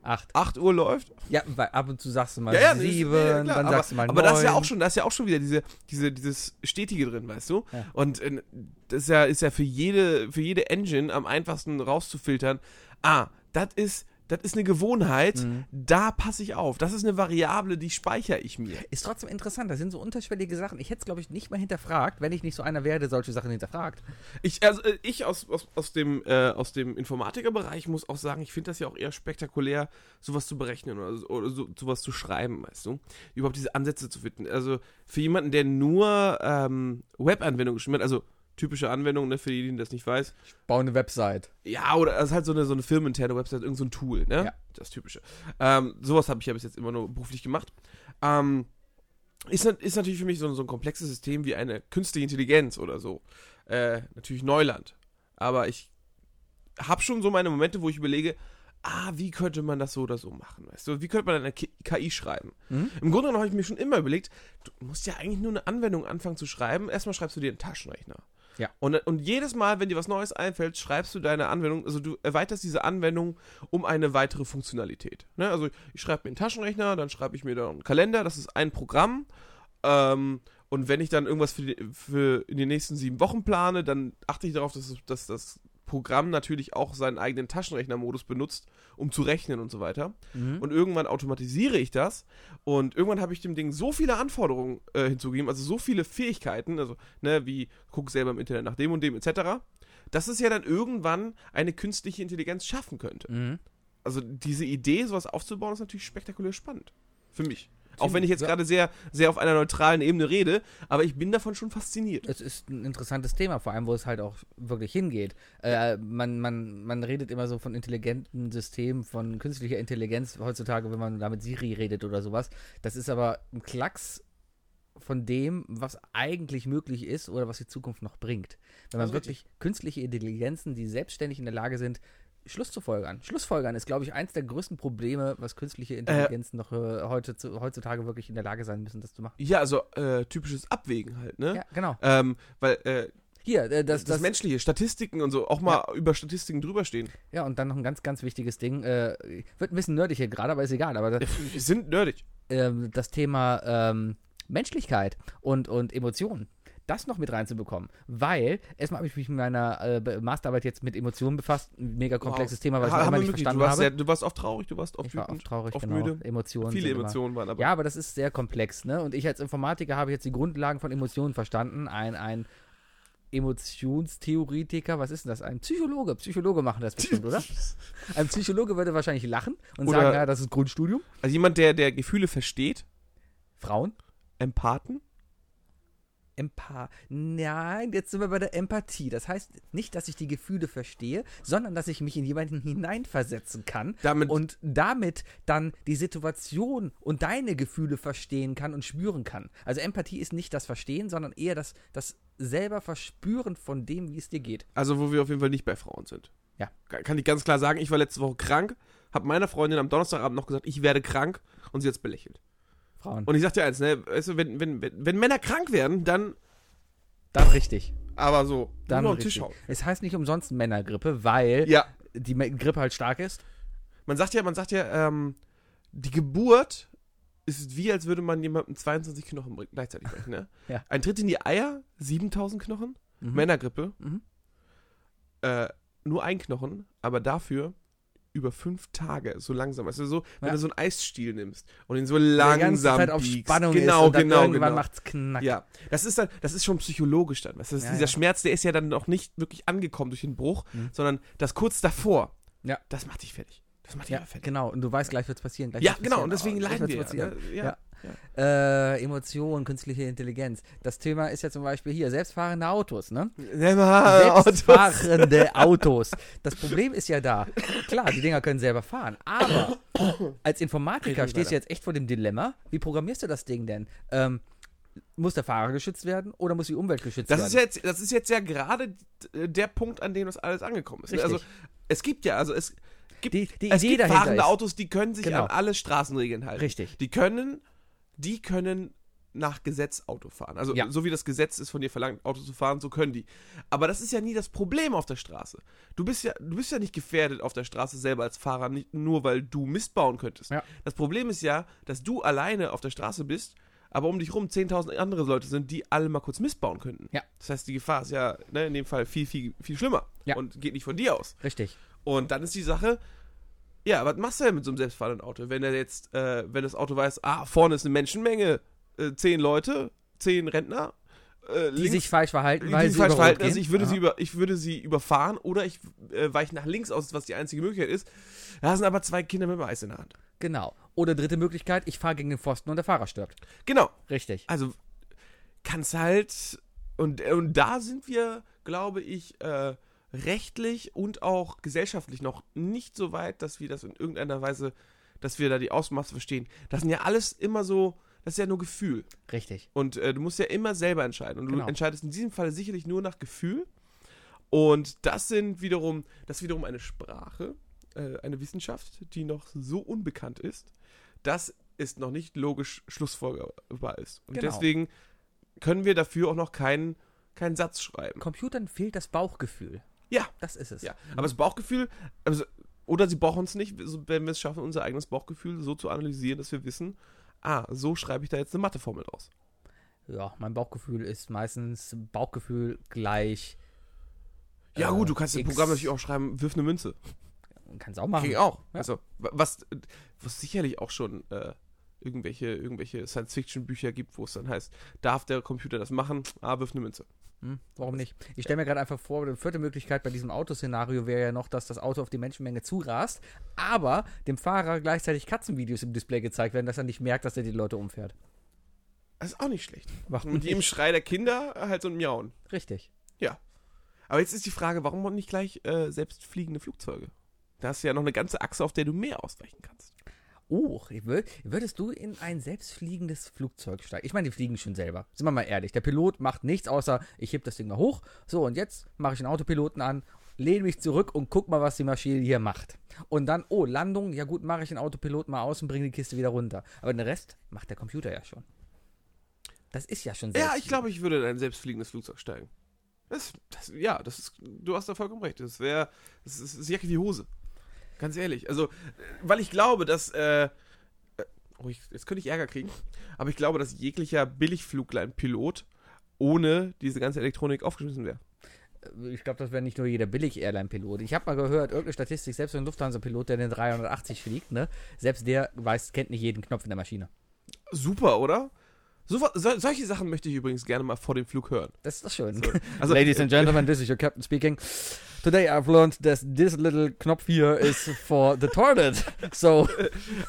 [SPEAKER 1] Acht.
[SPEAKER 2] 8 Uhr läuft.
[SPEAKER 1] Ja, weil ab und zu sagst du mal
[SPEAKER 2] Ja, ja, das ist-
[SPEAKER 1] sieben,
[SPEAKER 2] ja, ja, klar.
[SPEAKER 1] dann
[SPEAKER 2] aber,
[SPEAKER 1] sagst du mal
[SPEAKER 2] Aber das ist ja
[SPEAKER 1] neun.
[SPEAKER 2] auch schon, das ist ja auch schon wieder diese, diese, dieses Stetige drin, weißt du?
[SPEAKER 1] Ja.
[SPEAKER 2] Und äh, das ist ja, ist ja für jede, für jede Engine am einfachsten rauszufiltern, ah, das ist, das ist eine Gewohnheit,
[SPEAKER 1] Mhm.
[SPEAKER 2] da passe ich auf. Das ist eine Variable, die speichere ich mir.
[SPEAKER 1] Ist trotzdem interessant. Das sind so unterschwellige Sachen. Ich hätte es, glaube ich, nicht mal hinterfragt, wenn ich nicht so einer wäre, der solche Sachen hinterfragt.
[SPEAKER 2] Ich, also, äh, ich aus, aus, aus, dem, äh, aus dem Informatikerbereich muss auch sagen, ich finde das ja auch eher spektakulär, sowas zu berechnen oder, so, oder so, sowas zu schreiben, weißt du? Überhaupt diese Ansätze zu finden. Also für jemanden, der nur ähm, Web-Anwendungen geschrieben hat, also typische Anwendung, ne, für diejenigen, die das nicht weiß.
[SPEAKER 1] Bau eine Website.
[SPEAKER 2] Ja, oder das ist halt so eine, so eine firmeninterne Website, irgend so ein Tool, ne?
[SPEAKER 1] Ja.
[SPEAKER 2] Das typische. Ähm, sowas habe ich ja bis jetzt immer nur beruflich gemacht. Ähm, ist, nat- ist natürlich für mich so, ein- so ein komplexes System wie eine künstliche Intelligenz oder so. Äh, natürlich Neuland. Aber ich habe schon so meine Momente, wo ich überlege, ah, wie könnte man das so oder so machen, weißt du? Wie könnte man eine Ki- KI schreiben?
[SPEAKER 1] Mhm.
[SPEAKER 2] Im Grunde genommen habe ich mir schon immer überlegt, du musst ja eigentlich nur eine Anwendung anfangen zu schreiben. Erstmal schreibst du dir einen Taschenrechner.
[SPEAKER 1] Ja.
[SPEAKER 2] Und, und jedes Mal, wenn dir was Neues einfällt, schreibst du deine Anwendung, also du erweiterst diese Anwendung um eine weitere Funktionalität. Ne? Also ich schreibe mir einen Taschenrechner, dann schreibe ich mir da einen Kalender, das ist ein Programm. Ähm, und wenn ich dann irgendwas für, die, für in den nächsten sieben Wochen plane, dann achte ich darauf, dass, es- dass das Programm natürlich auch seinen eigenen Taschenrechnermodus benutzt, um zu rechnen und so weiter.
[SPEAKER 1] Mhm.
[SPEAKER 2] Und irgendwann automatisiere ich das. Und irgendwann habe ich dem Ding so viele Anforderungen äh, hinzugegeben, also so viele Fähigkeiten, also ne, wie guck selber im Internet nach dem und dem etc., dass es ja dann irgendwann eine künstliche Intelligenz schaffen könnte.
[SPEAKER 1] Mhm.
[SPEAKER 2] Also diese Idee, sowas aufzubauen, ist natürlich spektakulär spannend. Für mich. Auch
[SPEAKER 1] Ziemlich,
[SPEAKER 2] wenn ich jetzt
[SPEAKER 1] ja.
[SPEAKER 2] gerade sehr, sehr auf einer neutralen Ebene rede, aber ich bin davon schon fasziniert.
[SPEAKER 1] Es ist ein interessantes Thema, vor allem, wo es halt auch wirklich hingeht. Äh, man, man, man redet immer so von intelligenten Systemen, von künstlicher Intelligenz heutzutage, wenn man da mit Siri redet oder sowas. Das ist aber ein Klacks von dem, was eigentlich möglich ist oder was die Zukunft noch bringt. Wenn man
[SPEAKER 2] Also
[SPEAKER 1] wirklich künstliche Intelligenzen, die selbstständig in der Lage sind, Schluss zu folgern. Schlussfolgern ist, glaube ich, eins der größten Probleme, was künstliche Intelligenzen noch äh, heute zu, heutzutage wirklich in der Lage sein müssen, das zu machen.
[SPEAKER 2] Ja, also äh, typisches Abwägen halt, ne?
[SPEAKER 1] Ja, genau.
[SPEAKER 2] Ähm, weil äh,
[SPEAKER 1] Hier, äh,
[SPEAKER 2] das,
[SPEAKER 1] das, das,
[SPEAKER 2] menschliche, Statistiken und so, auch mal über Statistiken drüber stehen.
[SPEAKER 1] Ja, und dann noch ein ganz, ganz wichtiges Ding. Äh, wird ein bisschen nerdig hier gerade, aber ist egal. Aber das,
[SPEAKER 2] Wir äh, sind nerdig.
[SPEAKER 1] ähm, das Thema ähm, Menschlichkeit und, und Emotionen, das noch mit reinzubekommen. Weil, erstmal habe ich mich in meiner äh, Be- Masterarbeit jetzt mit Emotionen befasst. Ein mega komplexes Thema, weil ich noch
[SPEAKER 2] Haben
[SPEAKER 1] immer
[SPEAKER 2] wir
[SPEAKER 1] nicht
[SPEAKER 2] mitgekriegt. du,
[SPEAKER 1] verstanden
[SPEAKER 2] warst
[SPEAKER 1] habe.
[SPEAKER 2] sehr, du warst oft traurig, du warst oft
[SPEAKER 1] ich war
[SPEAKER 2] wütend.
[SPEAKER 1] oft traurig,
[SPEAKER 2] oft
[SPEAKER 1] genau.
[SPEAKER 2] müde.
[SPEAKER 1] Emotionen.
[SPEAKER 2] Viele
[SPEAKER 1] sind immer-
[SPEAKER 2] Emotionen waren aber.
[SPEAKER 1] Ja, aber das ist sehr komplex, ne? Und ich als Informatiker habe jetzt die Grundlagen von Emotionen verstanden. Ein, ein Emotionstheoretiker, was ist denn das? Ein Psychologe. Psychologe machen das bestimmt,
[SPEAKER 2] [laughs]
[SPEAKER 1] oder? Ein Psychologe würde wahrscheinlich lachen und
[SPEAKER 2] Oder-
[SPEAKER 1] sagen, ja, das ist Grundstudium.
[SPEAKER 2] Also jemand, der, der Gefühle versteht,
[SPEAKER 1] Frauen?
[SPEAKER 2] Empathen.
[SPEAKER 1] Empa Nein, jetzt sind wir bei der Empathie. Das heißt nicht, dass ich die Gefühle verstehe, sondern dass ich mich in jemanden hineinversetzen kann
[SPEAKER 2] Damit-
[SPEAKER 1] und damit dann die Situation und deine Gefühle verstehen kann und spüren kann. Also Empathie ist nicht das Verstehen, sondern eher das, das selber Verspüren von dem, wie es dir geht.
[SPEAKER 2] Also, wo wir auf jeden Fall nicht bei Frauen sind.
[SPEAKER 1] Ja.
[SPEAKER 2] Ka- Kann ich ganz klar sagen, ich war letzte Woche krank, habe meiner Freundin am Donnerstagabend noch gesagt, ich werde krank und sie hat es belächelt.
[SPEAKER 1] Frauen.
[SPEAKER 2] Und ich sag dir eins, ne, weißt du, wenn, wenn, wenn, wenn Männer krank werden, dann
[SPEAKER 1] Dann richtig.
[SPEAKER 2] aber so
[SPEAKER 1] Dann
[SPEAKER 2] nur auf den
[SPEAKER 1] richtig.
[SPEAKER 2] Tisch hauen.
[SPEAKER 1] Es heißt nicht umsonst Männergrippe, weil
[SPEAKER 2] Ja,
[SPEAKER 1] die Me- Grippe halt stark ist.
[SPEAKER 2] man sagt ja, man sagt ja, ähm, die Geburt ist wie, als würde man jemandem 22 Knochen br- gleichzeitig brechen, ne?
[SPEAKER 1] [laughs] Ja.
[SPEAKER 2] Ein Tritt in die Eier, 7000 Knochen,
[SPEAKER 1] Mhm.
[SPEAKER 2] Männergrippe,
[SPEAKER 1] Mhm.
[SPEAKER 2] äh, nur ein Knochen, aber dafür über fünf Tage, so langsam. Also so, wenn
[SPEAKER 1] Ja.
[SPEAKER 2] du so einen Eisstiel nimmst und ihn so
[SPEAKER 1] Der
[SPEAKER 2] langsam
[SPEAKER 1] die ganze Zeit auf
[SPEAKER 2] biegst.
[SPEAKER 1] Spannung
[SPEAKER 2] genau,
[SPEAKER 1] ist und dann
[SPEAKER 2] genau,
[SPEAKER 1] irgendwann
[SPEAKER 2] genau.
[SPEAKER 1] macht's knack.
[SPEAKER 2] Ja, das ist dann, das ist schon psychologisch dann. Weißt du, das,
[SPEAKER 1] Ja,
[SPEAKER 2] dieser
[SPEAKER 1] ja.
[SPEAKER 2] Schmerz, der ist ja dann noch nicht wirklich angekommen durch den Bruch,
[SPEAKER 1] Mhm.
[SPEAKER 2] sondern das kurz davor.
[SPEAKER 1] Ja.
[SPEAKER 2] Das macht dich fertig. Das macht dich
[SPEAKER 1] Ja,
[SPEAKER 2] einfach fertig.
[SPEAKER 1] genau. Und du weißt, gleich wird's passieren. Gleich
[SPEAKER 2] Ja,
[SPEAKER 1] wird's
[SPEAKER 2] genau.
[SPEAKER 1] passieren.
[SPEAKER 2] Und deswegen
[SPEAKER 1] Oh, gleich
[SPEAKER 2] leiden wir. ne?
[SPEAKER 1] wird's
[SPEAKER 2] Ja, ne?
[SPEAKER 1] passieren.
[SPEAKER 2] ja.
[SPEAKER 1] Äh, Emotionen, künstliche Intelligenz. Das Thema ist ja zum Beispiel hier, selbstfahrende Autos, ne?
[SPEAKER 2] Nimm mal Autos.
[SPEAKER 1] Selbstfahrende Autos. Das Problem ist ja da. Klar, die Dinger können selber fahren, aber als Informatiker
[SPEAKER 2] Red
[SPEAKER 1] stehst
[SPEAKER 2] weiter.
[SPEAKER 1] du jetzt echt vor dem Dilemma, wie programmierst du das Ding denn? Ähm, muss der Fahrer geschützt werden oder muss die Umwelt geschützt
[SPEAKER 2] Das
[SPEAKER 1] werden?
[SPEAKER 2] ist, jetzt, das ist jetzt ja gerade äh, der Punkt, an dem das alles angekommen ist. ne? Also,
[SPEAKER 1] Richtig.
[SPEAKER 2] es gibt ja, also es gibt,
[SPEAKER 1] Die- die
[SPEAKER 2] es
[SPEAKER 1] Idee
[SPEAKER 2] gibt
[SPEAKER 1] dahinter
[SPEAKER 2] fahrende
[SPEAKER 1] ist-
[SPEAKER 2] Autos, die können sich
[SPEAKER 1] Genau.
[SPEAKER 2] an alle Straßenregeln halten.
[SPEAKER 1] Richtig.
[SPEAKER 2] Die können, die können nach Gesetz Auto fahren. Also
[SPEAKER 1] Ja.
[SPEAKER 2] so wie das Gesetz es von dir verlangt, Auto zu fahren, so können die. Aber das ist ja nie das Problem auf der Straße. Du bist ja, du bist ja nicht gefährdet auf der Straße selber als Fahrer, nicht nur weil du Mist bauen könntest.
[SPEAKER 1] Ja.
[SPEAKER 2] Das Problem ist ja, dass du alleine auf der Straße bist, aber um dich rum 10.000 andere Leute sind, die alle mal kurz Mist bauen könnten.
[SPEAKER 1] Ja.
[SPEAKER 2] Das heißt, die Gefahr ist ja ne, in dem Fall viel, viel, viel schlimmer
[SPEAKER 1] Ja.
[SPEAKER 2] und geht nicht von dir aus.
[SPEAKER 1] Richtig.
[SPEAKER 2] Und dann ist die Sache, ja, was machst du denn mit so einem selbstfahrenden Auto? Wenn er jetzt, äh, wenn das Auto weiß, ah, vorne ist eine Menschenmenge, äh, zehn Leute, zehn Rentner, äh,
[SPEAKER 1] Die
[SPEAKER 2] links,
[SPEAKER 1] sich falsch verhalten,
[SPEAKER 2] die
[SPEAKER 1] weil
[SPEAKER 2] sich
[SPEAKER 1] sie
[SPEAKER 2] falsch
[SPEAKER 1] über Rot
[SPEAKER 2] verhalten,
[SPEAKER 1] gehen.
[SPEAKER 2] also ich würde,
[SPEAKER 1] Aha.
[SPEAKER 2] sie über, ich würde sie überfahren oder ich äh, weiche nach links aus, was die einzige Möglichkeit ist. Da sind aber zwei Kinder mit dem Eis in der Hand.
[SPEAKER 1] Genau. Oder dritte Möglichkeit, ich fahre gegen den Pfosten und der Fahrer stirbt.
[SPEAKER 2] Genau,
[SPEAKER 1] Richtig.
[SPEAKER 2] also kannst halt, und, und da sind wir, glaube ich, äh, rechtlich und auch gesellschaftlich noch nicht so weit, dass wir das in irgendeiner Weise, dass wir da die Ausmaße verstehen. Das sind ja alles immer so, das ist ja nur Gefühl.
[SPEAKER 1] Richtig.
[SPEAKER 2] Und äh, du musst ja immer selber entscheiden. Und
[SPEAKER 1] Genau.
[SPEAKER 2] du entscheidest in diesem Fall sicherlich nur nach Gefühl. Und das sind wiederum, das ist wiederum eine Sprache, äh, eine Wissenschaft, die noch so unbekannt ist, dass es noch nicht logisch schlussfolgerbar ist. Und
[SPEAKER 1] Genau.
[SPEAKER 2] deswegen können wir dafür auch noch keinen, keinen Satz schreiben.
[SPEAKER 1] Computern fehlt das Bauchgefühl.
[SPEAKER 2] Ja.
[SPEAKER 1] Das ist es.
[SPEAKER 2] Ja, aber das Bauchgefühl, also, oder sie brauchen es nicht, so- wenn wir es schaffen, unser eigenes Bauchgefühl so zu analysieren, dass wir wissen, ah, so schreibe ich da jetzt eine Matheformel draus.
[SPEAKER 1] Ja, mein Bauchgefühl ist meistens Bauchgefühl gleich.
[SPEAKER 2] Ja,
[SPEAKER 1] äh,
[SPEAKER 2] gut, du kannst im
[SPEAKER 1] X.
[SPEAKER 2] Programm natürlich auch schreiben, wirf eine Münze.
[SPEAKER 1] Kannst auch machen.
[SPEAKER 2] Ging auch.
[SPEAKER 1] Ah, Ja.
[SPEAKER 2] Also, wa- was, was sicherlich auch schon äh, irgendwelche, irgendwelche Science-Fiction-Bücher gibt, wo es dann heißt, darf der Computer das machen? Ah, wirf eine Münze.
[SPEAKER 1] Hm, warum nicht? Ich stelle mir gerade einfach vor, die vierte Möglichkeit bei diesem Autoszenario wäre ja noch, dass das Auto auf die Menschenmenge zurast, aber dem Fahrer gleichzeitig Katzenvideos im Display gezeigt werden, dass er nicht merkt, dass er die Leute umfährt.
[SPEAKER 2] Das ist auch nicht schlecht.
[SPEAKER 1] Warum
[SPEAKER 2] Mit jedem
[SPEAKER 1] nicht?
[SPEAKER 2] Schrei der Kinder halt so ein Miauen.
[SPEAKER 1] Richtig.
[SPEAKER 2] Aber jetzt ist die Frage, warum nicht gleich äh, selbst fliegende Flugzeuge? Da hast du ja noch eine ganze Achse, auf der du mehr ausweichen kannst.
[SPEAKER 1] Oh, ich wür- würdest du in ein selbstfliegendes Flugzeug steigen? Ich meine, die fliegen schon selber. Sind wir mal ehrlich. Der Pilot macht nichts, außer ich heb das Ding mal hoch. So, und jetzt mache ich einen Autopiloten an, lehne mich zurück und guck mal, was die Maschine hier macht. Und dann, oh, Landung, ja gut, mache ich den Autopiloten mal aus und bringe die Kiste wieder runter. Aber den Rest macht der Computer ja schon. Das ist ja schon
[SPEAKER 2] Ja, ich glaube, ich würde in ein selbstfliegendes Flugzeug steigen. Das, das, ja, das ist, du hast da vollkommen recht. Das wäre, das ist, das ist Jacke wie Hose. Ganz ehrlich. Also, äh, weil ich glaube, dass, äh, äh, oh, ich, jetzt könnte ich Ärger kriegen, aber ich glaube, dass jeglicher Billigfluglein-Pilot ohne diese ganze Elektronik aufgeschmissen wäre.
[SPEAKER 1] Äh, ich glaube, das wäre nicht nur jeder Billig-Airline-Pilot. Ich habe mal gehört, irgendeine Statistik, selbst ein Lufthansa-Pilot, der den 380 fliegt, ne, selbst der weiß, kennt nicht jeden Knopf in der Maschine.
[SPEAKER 2] Super, oder? So, so, solche Sachen möchte ich übrigens gerne mal vor dem Flug hören.
[SPEAKER 1] Das ist doch schön.
[SPEAKER 2] Also,
[SPEAKER 1] Ladies and gentlemen, this is your captain speaking. Today I've learned that this little Knopf here is for the toilet. [laughs] So,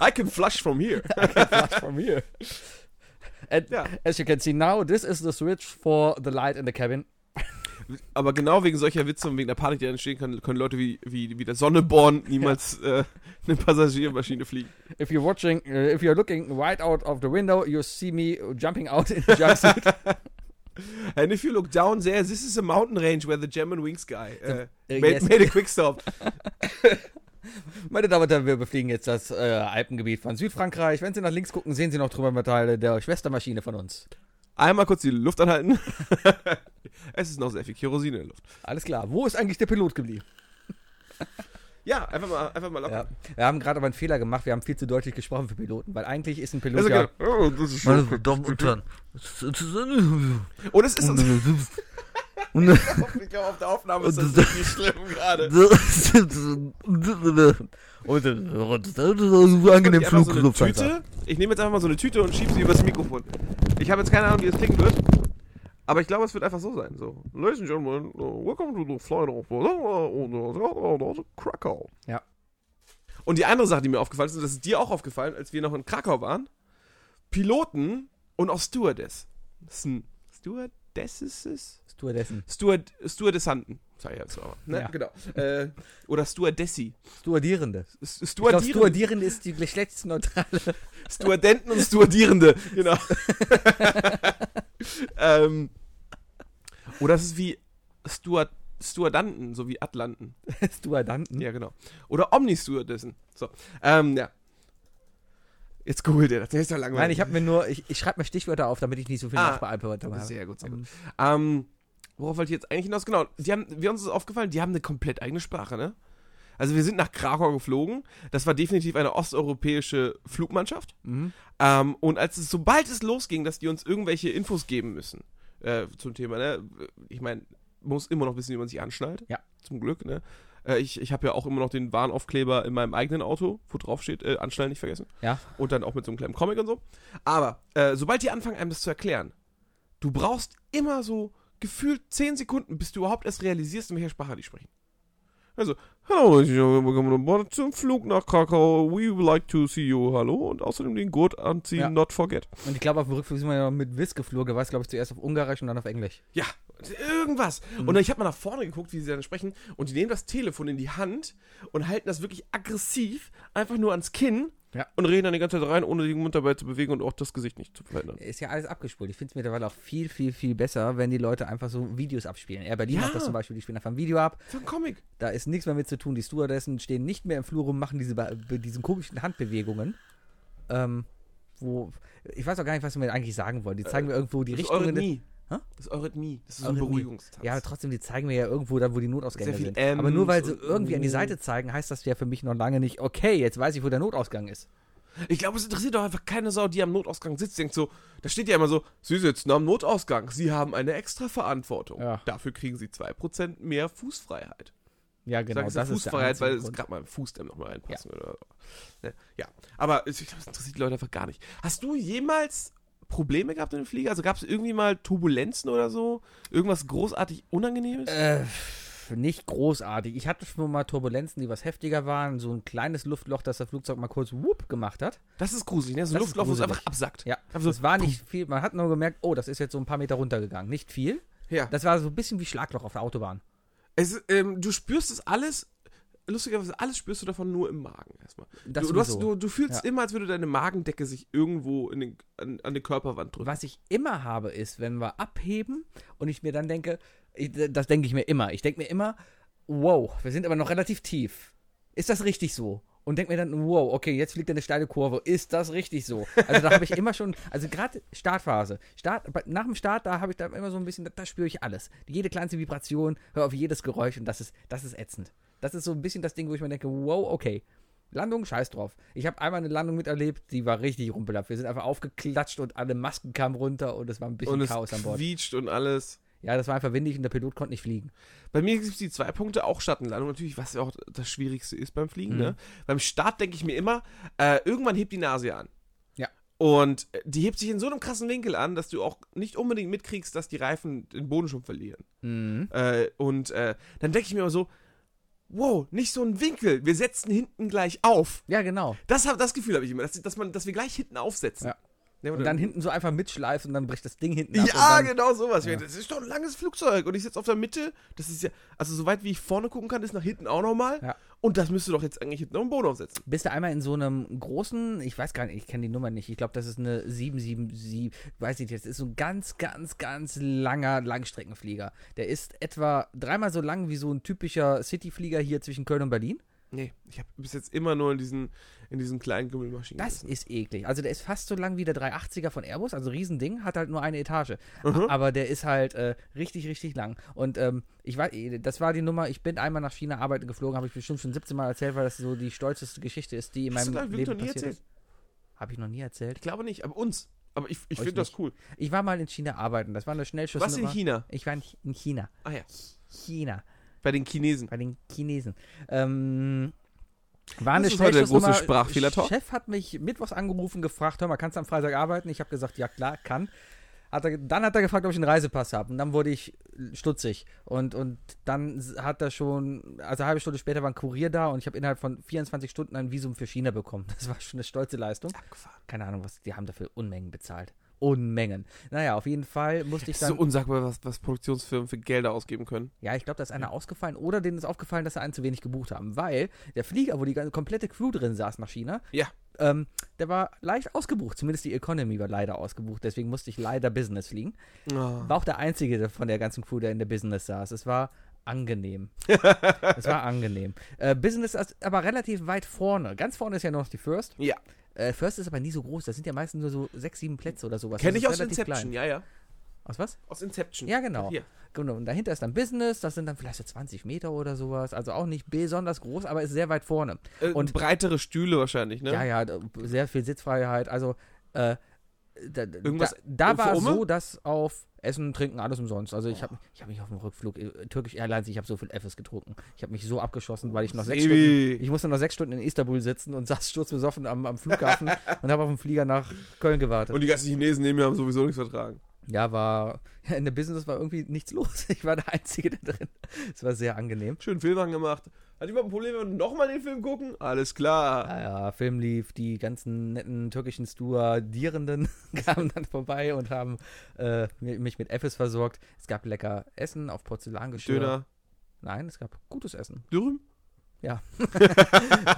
[SPEAKER 2] I can flush from here.
[SPEAKER 1] that's from here. And
[SPEAKER 2] Ja.
[SPEAKER 1] as you can see now, this is the switch for the light in the cabin.
[SPEAKER 2] Aber genau wegen solcher Witze und wegen der Panik, die entstehen kann, können Leute wie, wie, wie der Sonneborn niemals äh, eine Passagiermaschine fliegen.
[SPEAKER 1] If you're watching, uh, if you're looking right out of the window, you see me jumping out in [laughs] the jumpsuit.
[SPEAKER 2] And if you look down there, this is a mountain range where the German wings guy äh,
[SPEAKER 1] Äh,
[SPEAKER 2] made,
[SPEAKER 1] yes.
[SPEAKER 2] made a quick stop.
[SPEAKER 1] Meine Damen und Herren, wir befliegen jetzt das äh, Alpengebiet von Südfrankreich. Wenn Sie nach links gucken, sehen Sie noch Trümmerteile der Schwestermaschine von uns.
[SPEAKER 2] Einmal kurz die Luft anhalten. [laughs] es ist noch sehr viel Kerosin in der Luft.
[SPEAKER 1] Alles klar. Wo ist eigentlich der Pilot geblieben?
[SPEAKER 2] Ja, einfach mal, einfach mal locker.
[SPEAKER 1] Ja. Wir haben gerade aber einen Fehler gemacht. Wir haben viel zu deutlich gesprochen für Piloten, weil eigentlich ist ein Pilot
[SPEAKER 2] Das ist
[SPEAKER 1] ja.
[SPEAKER 2] egal. Oh, das ist
[SPEAKER 3] Meine
[SPEAKER 2] schon. [laughs]
[SPEAKER 3] verdammten Untern.
[SPEAKER 2] Und es ist uns.
[SPEAKER 3] Und
[SPEAKER 2] [laughs] Ich glaube, auf der Aufnahme ist das
[SPEAKER 3] Und-
[SPEAKER 2] wirklich schlimm gerade.
[SPEAKER 3] angenehm
[SPEAKER 2] Ich hab einfach so eine
[SPEAKER 3] Flugluft.
[SPEAKER 2] Tüte. Ich nehme jetzt einfach mal so eine Tüte und schiebe sie übers Mikrofon. Ich habe jetzt keine Ahnung, wie es klingen wird. Aber ich glaube, es wird einfach so sein. So, Ladies and Gentlemen, uh, welcome to the flight of uh, Krakau.
[SPEAKER 1] Ja.
[SPEAKER 2] Und die andere Sache, die mir aufgefallen ist, und das ist dir auch aufgefallen, als wir noch in Krakau waren: Piloten und auch Stewardess. Sten- Stewardesses?
[SPEAKER 1] Stewardessen.
[SPEAKER 2] Steward, Stewardessanten. Sag ich jetzt mal. Ne?
[SPEAKER 1] Ja.
[SPEAKER 2] Genau. Äh, oder Stewardessi.
[SPEAKER 1] Stewardierende.
[SPEAKER 2] S-
[SPEAKER 1] Ich glaube,
[SPEAKER 2] Stewardieren.
[SPEAKER 1] Stewardierende ist die [laughs] geschlechtsneutrale.
[SPEAKER 2] Stewardenten und Stewardierende,
[SPEAKER 1] [laughs]
[SPEAKER 2] genau. ähm, oder es ist wie Steward, Stewardanten, so wie Atlanten.
[SPEAKER 1] Stewardanten.
[SPEAKER 2] Ja, genau. Oder Omni-Stewardessen. So, ähm, ja. Jetzt googelt ihr das. Das ist doch langweilig.
[SPEAKER 1] Nein, ich habe mir nur, ich, ich schreibe mir Stichwörter auf, damit ich nicht so viel
[SPEAKER 2] Ah,
[SPEAKER 1] Nachbearbeitung habe.
[SPEAKER 2] Sehr gut, sehr gut. Ähm, worauf wollte ich jetzt eigentlich hinaus? Genau, die haben, wir uns ist aufgefallen, die haben eine komplett eigene Sprache, ne? Also wir sind nach Krakau geflogen. Das war definitiv eine osteuropäische Flugmannschaft.
[SPEAKER 1] Mhm.
[SPEAKER 2] Ähm, und als es, sobald es losging, dass die uns irgendwelche Infos geben müssen äh, zum Thema, ne? Ich meine, man muss immer noch wissen, wie man sich anschnallt.
[SPEAKER 1] Ja.
[SPEAKER 2] Zum Glück, ne? Äh, Ich, ich habe ja auch immer noch den Warnaufkleber in meinem eigenen Auto, wo drauf steht, äh, Anschnallen nicht vergessen.
[SPEAKER 1] Ja.
[SPEAKER 2] Und dann auch mit so einem kleinen Comic und so. Aber äh, sobald die anfangen, einem das zu erklären, du brauchst immer so gefühlt 10 Sekunden, bis du überhaupt erst realisierst, in welcher Sprache die sprechen. Also, hallo, willkommen an Bord zum Flug nach Krakau. We would like to see you. Hallo. Und außerdem den Gurt anziehen,
[SPEAKER 1] Ja.
[SPEAKER 2] not forget.
[SPEAKER 1] Und ich glaube, auf dem Rückflug sind wir ja mit Wiss geflogen. War es, glaube ich, zuerst auf Ungarisch und dann auf Englisch.
[SPEAKER 2] Ja, irgendwas.
[SPEAKER 1] Mhm.
[SPEAKER 2] Und dann, ich habe mal nach vorne geguckt, wie sie dann sprechen. Und die nehmen das Telefon in die Hand und halten das wirklich aggressiv einfach nur ans Kinn
[SPEAKER 1] Ja.
[SPEAKER 2] und reden dann die ganze Zeit rein, ohne den Mund dabei zu bewegen und auch das Gesicht nicht zu verändern.
[SPEAKER 1] Ist ja alles abgespult. Ich finde es mittlerweile auch viel, viel, viel besser, wenn die Leute einfach so Videos abspielen. Air Berlin
[SPEAKER 2] Ja.
[SPEAKER 1] macht das zum Beispiel. Die spielen einfach ein Video ab.
[SPEAKER 2] Das ist ein Comic.
[SPEAKER 1] Da ist nichts mehr mit zu tun. Die Stewardessen stehen nicht mehr im Flur rum, machen diese, ba- be- diesen komischen Handbewegungen. Ähm, wo, ich weiß auch gar nicht, was wir mir eigentlich sagen wollen. Die zeigen mir irgendwo die
[SPEAKER 2] Das ist
[SPEAKER 1] Richtungen. des-
[SPEAKER 2] Eurythmie.
[SPEAKER 1] Hä?
[SPEAKER 2] Das ist Eurythmie. Das ist so ein
[SPEAKER 1] Eurythmie.
[SPEAKER 2] Beruhigungstanz.
[SPEAKER 1] Ja, aber trotzdem, die zeigen mir ja irgendwo dann, wo die Notausgänge
[SPEAKER 2] Sehr viel
[SPEAKER 1] sind.
[SPEAKER 2] Ms
[SPEAKER 1] Aber nur weil sie
[SPEAKER 2] und-
[SPEAKER 1] irgendwie an die Seite zeigen, heißt das ja für mich noch lange nicht, okay, jetzt weiß ich, wo der Notausgang ist.
[SPEAKER 2] Ich glaube, es interessiert doch einfach keine Sau, die am Notausgang sitzt. Denkt so, da steht ja immer so, Sie sitzen am Notausgang. Sie haben eine extra Verantwortung.
[SPEAKER 1] Ja.
[SPEAKER 2] Dafür kriegen Sie 2% mehr Fußfreiheit.
[SPEAKER 1] Ja,
[SPEAKER 2] Ich
[SPEAKER 1] genau.
[SPEAKER 2] sage es ist Fußfreiheit, weil es
[SPEAKER 1] Grund.
[SPEAKER 2] gerade mal im Fuß dann nochmal reinpassen würde. oder so. Ne? Ja, aber ich glaube, das interessiert die Leute einfach gar nicht. Hast du jemals Probleme gehabt in dem Flieger? Also gab es irgendwie mal Turbulenzen oder so? Irgendwas großartig Unangenehmes?
[SPEAKER 1] Äh, nicht großartig. Ich hatte schon mal Turbulenzen, die was heftiger waren. So ein kleines Luftloch, das das Flugzeug mal kurz whoop gemacht hat.
[SPEAKER 2] das ist gruselig, ne? So ein
[SPEAKER 1] das ist
[SPEAKER 2] Luftloch, wo es
[SPEAKER 1] gruselig.
[SPEAKER 2] einfach absackt. Also
[SPEAKER 1] Ja,
[SPEAKER 2] Einfach so,
[SPEAKER 1] es war nicht viel. Man hat nur gemerkt, oh, das ist jetzt so ein paar Meter runtergegangen. Nicht viel.
[SPEAKER 2] Ja.
[SPEAKER 1] Das war so ein bisschen wie Schlagloch auf der Autobahn.
[SPEAKER 2] Es, ist, ähm, du spürst es alles, lustigerweise, alles spürst du davon nur im Magen erstmal.
[SPEAKER 1] Das
[SPEAKER 2] du, du, hast,
[SPEAKER 1] sowieso.
[SPEAKER 2] du, du fühlst
[SPEAKER 1] Ja.
[SPEAKER 2] immer, als würde deine Magendecke sich irgendwo in den, an, an die Körperwand drücken.
[SPEAKER 1] Was ich immer habe, ist, wenn wir abheben und ich mir dann denke, ich, das denke ich mir immer. Ich denke mir immer, wow, wir sind aber noch relativ tief. Ist das richtig so? Und denke mir dann, wow, okay, jetzt fliegt eine steile Kurve. Ist das richtig so? Also da habe ich immer schon, also gerade Startphase. Start, bei- nach dem Start, da habe ich da immer so ein bisschen, da, da spüre ich alles. Jede kleinste Vibration, höre auf jedes Geräusch und das ist, das ist ätzend. Das ist so ein bisschen das Ding, wo ich mir denke, wow, okay. Landung, scheiß drauf. Ich habe einmal eine Landung miterlebt, die war richtig rumpelhaft. Wir sind einfach aufgeklatscht und alle Masken kamen runter und es war ein bisschen
[SPEAKER 2] Und es
[SPEAKER 1] Chaos an Bord.
[SPEAKER 2] quietscht und alles.
[SPEAKER 1] Ja, das war einfach windig und der Pilot konnte nicht fliegen.
[SPEAKER 2] Bei mir gibt es die zwei Punkte, auch Schattenlandung natürlich, was ja auch das Schwierigste ist beim Fliegen.
[SPEAKER 1] Mhm.
[SPEAKER 2] Ne? Beim Start denke ich mir immer, äh, irgendwann hebt die Nase an.
[SPEAKER 1] Ja.
[SPEAKER 2] Und äh, die hebt sich in so einem krassen Winkel an, dass du auch nicht unbedingt mitkriegst, dass die Reifen den Boden schon verlieren.
[SPEAKER 1] Mhm.
[SPEAKER 2] Äh, und äh, dann denke ich mir immer so, wow, nicht so ein Winkel, wir setzen hinten gleich auf.
[SPEAKER 1] Ja, genau.
[SPEAKER 2] Das, hab, das Gefühl habe ich immer, dass, dass, man, dass wir gleich hinten aufsetzen.
[SPEAKER 1] Ja.
[SPEAKER 2] Ne,
[SPEAKER 1] Und dann hinten so einfach mitschleifen und dann bricht das Ding hinten ab.
[SPEAKER 2] Ja,
[SPEAKER 1] und dann,
[SPEAKER 2] genau sowas. Das ist doch ein langes Flugzeug und ich sitze auf der Mitte. Das ist ja, also soweit wie ich vorne gucken kann, ist nach hinten auch nochmal.
[SPEAKER 1] Ja.
[SPEAKER 2] Und das müsste doch jetzt eigentlich hinten auf den Boden aufsetzen.
[SPEAKER 1] Bist du einmal in so einem großen, ich weiß gar nicht, ich kenne die Nummer nicht, ich glaube, das ist eine 777, weiß nicht, das ist so ein ganz, ganz, ganz langer Langstreckenflieger. Der ist etwa dreimal so lang wie so ein typischer Cityflieger hier zwischen Köln und Berlin.
[SPEAKER 2] Nee, ich habe bis jetzt immer nur in diesen, in diesen kleinen Gummimaschinen.
[SPEAKER 1] Das
[SPEAKER 2] gesessen.
[SPEAKER 1] ist eklig. Also der ist fast so lang wie der 380er von Airbus, also Riesending, hat halt nur eine Etage.
[SPEAKER 2] Mhm.
[SPEAKER 1] Aber der ist halt äh, richtig, richtig lang. Und ähm, ich war, das war die Nummer, ich bin einmal nach China arbeiten geflogen, habe ich bestimmt schon 17 Mal erzählt, weil das so die stolzeste Geschichte ist, die in
[SPEAKER 2] Hast du da
[SPEAKER 1] meinem
[SPEAKER 2] wirklich
[SPEAKER 1] Leben
[SPEAKER 2] noch nie
[SPEAKER 1] passiert
[SPEAKER 2] erzählt?
[SPEAKER 1] ist. Habe ich noch nie erzählt.
[SPEAKER 2] Ich glaube nicht, aber uns. Aber ich, ich
[SPEAKER 1] Euch
[SPEAKER 2] finde das cool.
[SPEAKER 1] Ich war mal in China arbeiten, das war eine Schnellschussnummer.
[SPEAKER 2] Was in China?
[SPEAKER 1] Ich war in Ch- in China.
[SPEAKER 2] Ah ja,
[SPEAKER 1] China.
[SPEAKER 2] bei den Chinesen.
[SPEAKER 1] bei den Chinesen. Ähm, war
[SPEAKER 2] Das
[SPEAKER 1] eine
[SPEAKER 2] ist heute der
[SPEAKER 1] Schnellschussnummer.
[SPEAKER 2] große Sprachfehler-Talk.
[SPEAKER 1] Chef hat mich mittwochs angerufen, gefragt, hör mal, kannst du am Freitag arbeiten? Ich habe gesagt, ja klar, kann. Hat er, ge- dann hat er gefragt, ob ich einen Reisepass habe. Und dann wurde ich stutzig. Und, und dann s- hat er schon, also eine halbe Stunde später war ein Kurier da und ich habe innerhalb von 24 Stunden ein Visum für China bekommen. [laughs] Das war schon eine stolze Leistung.
[SPEAKER 2] Abgefahren.
[SPEAKER 1] Keine Ahnung, was, die haben dafür Unmengen bezahlt. Unmengen. Naja, auf jeden Fall musste ich
[SPEAKER 2] Ist so
[SPEAKER 1] dann.
[SPEAKER 2] unsagbar, was, was Produktionsfirmen für Gelder ausgeben können.
[SPEAKER 1] Ja, ich glaube, da ist
[SPEAKER 2] Hm.
[SPEAKER 1] einer ausgefallen oder denen ist aufgefallen, dass sie einen zu wenig gebucht haben, weil der Flieger, wo die ganze- komplette Crew drin saß nach China,
[SPEAKER 2] Ja.
[SPEAKER 1] ähm, der war leicht ausgebucht. Zumindest die Economy war leider ausgebucht, deswegen musste ich leider Business fliegen.
[SPEAKER 2] Ah.
[SPEAKER 1] War auch der einzige der- von der ganzen Crew, der in der Business saß. Es war
[SPEAKER 2] [laughs]
[SPEAKER 1] angenehm. es war angenehm. Äh, Business ist aber relativ weit vorne. Ganz vorne ist ja noch die First.
[SPEAKER 2] Ja.
[SPEAKER 1] Äh, First ist aber nie so groß. Das sind ja meistens nur so sechs, sieben Plätze oder sowas.
[SPEAKER 2] Kenne
[SPEAKER 1] Das
[SPEAKER 2] ich
[SPEAKER 1] ist
[SPEAKER 2] aus
[SPEAKER 1] relativ
[SPEAKER 2] Inception,
[SPEAKER 1] klein.
[SPEAKER 2] ja, ja.
[SPEAKER 1] Aus was?
[SPEAKER 2] Aus Inception.
[SPEAKER 1] Ja, genau.
[SPEAKER 2] Hier.
[SPEAKER 1] Genau, und dahinter ist dann Business, das sind dann vielleicht so 20 Meter oder sowas. Also auch nicht besonders groß, aber ist sehr weit vorne.
[SPEAKER 2] Äh,
[SPEAKER 1] Und-
[SPEAKER 2] breitere Stühle wahrscheinlich, ne?
[SPEAKER 1] Ja, ja, d- sehr viel Sitzfreiheit. Also, äh, da, da-
[SPEAKER 2] Irgendwas
[SPEAKER 1] da, da
[SPEAKER 2] für
[SPEAKER 1] war es
[SPEAKER 2] Ome?
[SPEAKER 1] so, dass auf Essen, Trinken, alles umsonst. Also ich
[SPEAKER 2] Oh.
[SPEAKER 1] habe ich hab mich auf dem Rückflug, äh, Turkish Airlines, ich habe so viel Fs getrunken. Ich habe mich so abgeschossen, weil ich noch sechs Stunden,
[SPEAKER 2] Baby.
[SPEAKER 1] ich musste noch sechs Stunden in Istanbul sitzen und [laughs] saß sturzbesoffen am, am
[SPEAKER 2] [laughs]
[SPEAKER 1] Flughafen und habe auf den Flieger nach Köln gewartet.
[SPEAKER 2] Und die ganzen Chinesen neben mir haben sowieso nichts vertragen.
[SPEAKER 1] ja, war, [laughs] in der Business war irgendwie nichts los. Ich war der Einzige da drin. Es war sehr angenehm.
[SPEAKER 2] Schön Film angemacht. Hat jemand ein Problem, wenn wir nochmal den Film gucken? Alles klar.
[SPEAKER 1] Ja, ja, Film lief, die ganzen netten türkischen Stuadierenden [laughs] kamen dann vorbei und haben äh, mi- mich mit Effes versorgt. Es gab lecker Essen auf Porzellangeschirr.
[SPEAKER 2] Döner.
[SPEAKER 1] Nein, es gab gutes Essen. [laughs]
[SPEAKER 2] Dürüm?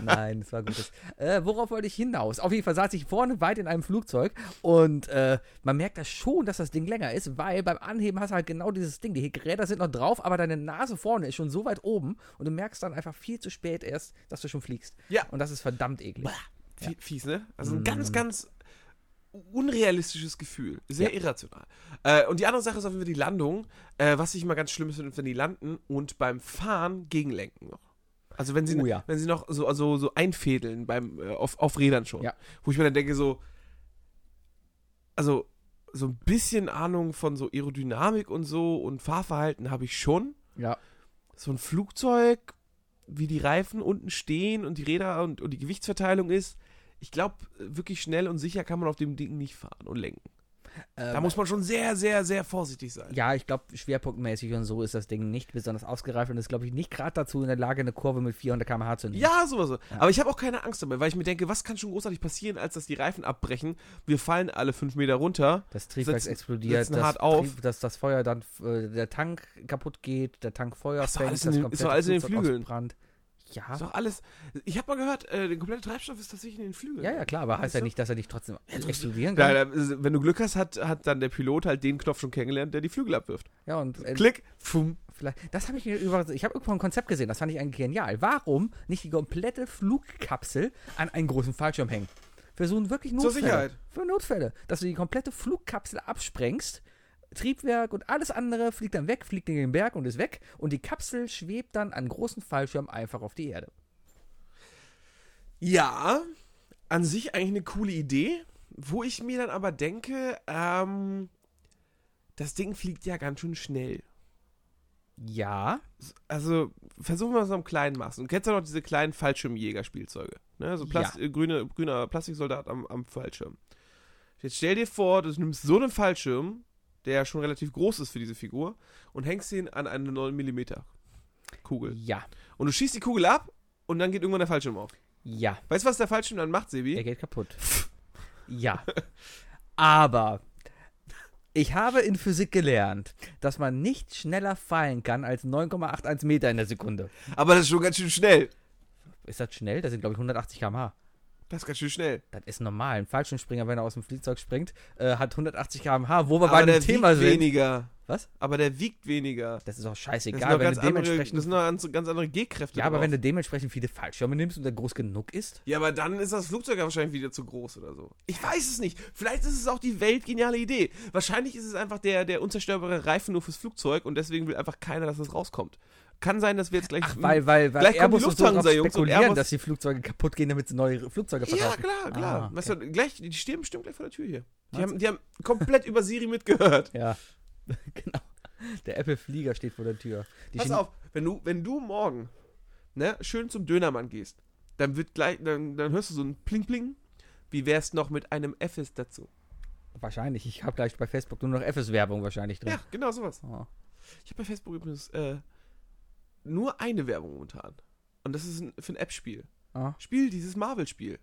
[SPEAKER 1] Nein, es war gutes. Äh, worauf wollte ich hinaus? Auf jeden Fall saß ich vorne weit in einem Flugzeug und äh, man merkt das schon, dass das Ding länger ist, weil beim Anheben hast du halt genau dieses Ding. Die Räder sind noch drauf, aber deine Nase vorne ist schon so weit oben und du merkst dann einfach viel zu spät erst, dass du schon fliegst.
[SPEAKER 2] Ja.
[SPEAKER 1] Und das ist verdammt eklig.
[SPEAKER 2] Fie- Fies, ne? Also ein
[SPEAKER 1] Mhm.
[SPEAKER 2] ganz, ganz unrealistisches Gefühl. Sehr irrational. Äh, und die andere Sache ist auf jeden Fall die Landung. Äh, was ich immer ganz schlimm finde, wenn die landen und beim Fahren gegenlenken noch. Also wenn sie,
[SPEAKER 1] Oh ja.
[SPEAKER 2] wenn sie noch so, also so einfädeln beim, äh, auf, auf Rädern schon.
[SPEAKER 1] Ja.
[SPEAKER 2] Wo ich mir dann denke, so, also so ein bisschen Ahnung von so Aerodynamik und so und Fahrverhalten habe ich schon
[SPEAKER 1] Ja.
[SPEAKER 2] so ein Flugzeug, wie die Reifen unten stehen und die Räder und, und die Gewichtsverteilung ist, ich glaube, wirklich schnell und sicher kann man auf dem Ding nicht fahren und lenken. Da
[SPEAKER 1] Ähm,
[SPEAKER 2] muss man schon sehr, sehr, sehr vorsichtig sein.
[SPEAKER 1] Ja, ich glaube, schwerpunktmäßig und so ist das Ding nicht besonders ausgereift und ist, glaube ich, nicht gerade dazu in der Lage, eine Kurve mit 400 km/h zu nehmen.
[SPEAKER 2] Ja, sowas. so. Aber ich habe auch keine Angst dabei, weil ich mir denke, was kann schon großartig passieren, als dass die Reifen abbrechen, wir fallen alle fünf Meter runter.
[SPEAKER 1] Das Triebwerk
[SPEAKER 2] Sitzen-
[SPEAKER 1] explodiert,
[SPEAKER 2] sitzen
[SPEAKER 1] das,
[SPEAKER 2] hart auf.
[SPEAKER 1] Trieb- dass das Feuer dann, äh, der Tank kaputt geht, der Tank Feuer
[SPEAKER 2] Ist doch
[SPEAKER 1] fängt,
[SPEAKER 2] alles in
[SPEAKER 1] das
[SPEAKER 2] den-
[SPEAKER 1] komplette
[SPEAKER 2] ist doch alles in den
[SPEAKER 1] Flugzeug
[SPEAKER 2] Flügeln.
[SPEAKER 1] ausbrannt. Ja,
[SPEAKER 2] Ist doch alles. Ich habe mal gehört, äh, der komplette Treibstoff ist tatsächlich in den Flügeln.
[SPEAKER 1] ja, ja, klar, aber heißt
[SPEAKER 2] Weißt
[SPEAKER 1] ja
[SPEAKER 2] du?
[SPEAKER 1] nicht, dass er nicht trotzdem explodieren
[SPEAKER 2] Ja,
[SPEAKER 1] kann.
[SPEAKER 2] da- wenn du Glück hast, hat, hat dann der Pilot halt den Knopf schon kennengelernt, der die Flügel abwirft.
[SPEAKER 1] Ja, und äh,
[SPEAKER 2] Klick, fum.
[SPEAKER 1] vielleicht, das habe ich mir über, ich habe irgendwo ein Konzept gesehen, das fand ich eigentlich genial. Warum nicht die komplette Flugkapsel an einen großen Fallschirm hängen? Versuchen wirklich
[SPEAKER 2] Zur
[SPEAKER 1] Notfälle.
[SPEAKER 2] Sicherheit.
[SPEAKER 1] Für Notfälle. Dass du die komplette Flugkapsel absprengst, Triebwerk und alles andere fliegt dann weg, fliegt in den Berg und ist weg. Und die Kapsel schwebt dann an großen Fallschirm einfach auf die Erde.
[SPEAKER 2] Ja, an sich eigentlich eine coole Idee, wo ich mir dann aber denke, ähm, das Ding fliegt ja ganz schön schnell.
[SPEAKER 1] Ja,
[SPEAKER 2] Also versuchen wir es am kleinen Maß. Und kennst du noch diese kleinen Fallschirmjägerspielzeuge? Ne? So Plast äh, grüne, grüner Plastiksoldat am, am Fallschirm. Jetzt stell dir vor, du nimmst so einen Fallschirm, der ja schon relativ groß ist für diese Figur, und hängst ihn an eine 9mm Kugel.
[SPEAKER 1] ja,
[SPEAKER 2] Und du schießt die Kugel ab und dann geht irgendwann der Fallschirm auf.
[SPEAKER 1] ja.
[SPEAKER 2] Weißt du, was der Fallschirm dann macht, Sebi?
[SPEAKER 1] Er geht
[SPEAKER 2] [laughs]
[SPEAKER 1] kaputt. ja. Aber ich habe in Physik gelernt, dass man nicht schneller fallen kann als 9,81 Meter in der Sekunde.
[SPEAKER 2] Aber das ist schon ganz schön schnell.
[SPEAKER 1] Ist das schnell? Das sind, glaube ich, 180 km/h.
[SPEAKER 2] Das ist ganz schön schnell.
[SPEAKER 1] Das ist normal. Ein Fallschirmspringer, wenn er aus dem Flugzeug springt, äh, hat 180 km/h. Wo wir
[SPEAKER 2] Aber
[SPEAKER 1] bei
[SPEAKER 2] der
[SPEAKER 1] dem
[SPEAKER 2] wiegt
[SPEAKER 1] Thema sind.
[SPEAKER 2] weniger.
[SPEAKER 1] Was?
[SPEAKER 2] Aber der wiegt weniger.
[SPEAKER 1] Das ist auch
[SPEAKER 2] Das
[SPEAKER 1] scheißegal, wenn
[SPEAKER 2] ganz
[SPEAKER 1] du
[SPEAKER 2] andere, das
[SPEAKER 1] dementsprechend.
[SPEAKER 2] sind noch ganz- ganz andere G-Kräfte.
[SPEAKER 1] ja, aber
[SPEAKER 2] drauf.
[SPEAKER 1] wenn du dementsprechend viele Fallschirme nimmst und der groß genug ist.
[SPEAKER 2] Ja, aber dann ist das Flugzeug ja wahrscheinlich wieder zu groß oder so. Ich weiß es nicht. Vielleicht ist es auch die weltgeniale Idee. Wahrscheinlich ist es einfach der, der unzerstörbare Reifen nur fürs Flugzeug und deswegen will einfach keiner, dass es rauskommt. Kann sein, dass wir jetzt gleich.
[SPEAKER 1] Ach, weil, weil, weil
[SPEAKER 2] Gleich kommt
[SPEAKER 1] Airbus
[SPEAKER 2] die
[SPEAKER 1] und so drauf
[SPEAKER 2] Lufthansa, Jungs, und
[SPEAKER 1] spekulieren,
[SPEAKER 2] Airbus-
[SPEAKER 1] dass die Flugzeuge kaputt gehen, damit sie neue Flugzeuge
[SPEAKER 2] ja,
[SPEAKER 1] verkaufen.
[SPEAKER 2] klar, klar.
[SPEAKER 1] Ah, okay.
[SPEAKER 2] Weißt du, gleich, die stehen bestimmt gleich vor der Tür hier. Die
[SPEAKER 1] Was?
[SPEAKER 2] haben, die haben komplett über Siri mitgehört.
[SPEAKER 1] Ja, [laughs] genau. Der Apple-Flieger steht vor der Tür. Die
[SPEAKER 2] Pass
[SPEAKER 1] Chin-
[SPEAKER 2] auf, wenn du, wenn du morgen ne, schön zum Dönermann gehst, dann wird gleich, dann, dann hörst du so ein Pling-Pling. Wie wär's noch mit einem Fs dazu?
[SPEAKER 1] Wahrscheinlich. Ich habe gleich bei Facebook nur noch FS-Werbung wahrscheinlich drin.
[SPEAKER 2] Ja, genau sowas.
[SPEAKER 1] Oh.
[SPEAKER 2] Ich habe bei Facebook übrigens äh, nur eine Werbung momentan. Und das ist ein, für ein App-Spiel.
[SPEAKER 1] Ah.
[SPEAKER 2] Spiel dieses Marvel-Spiel.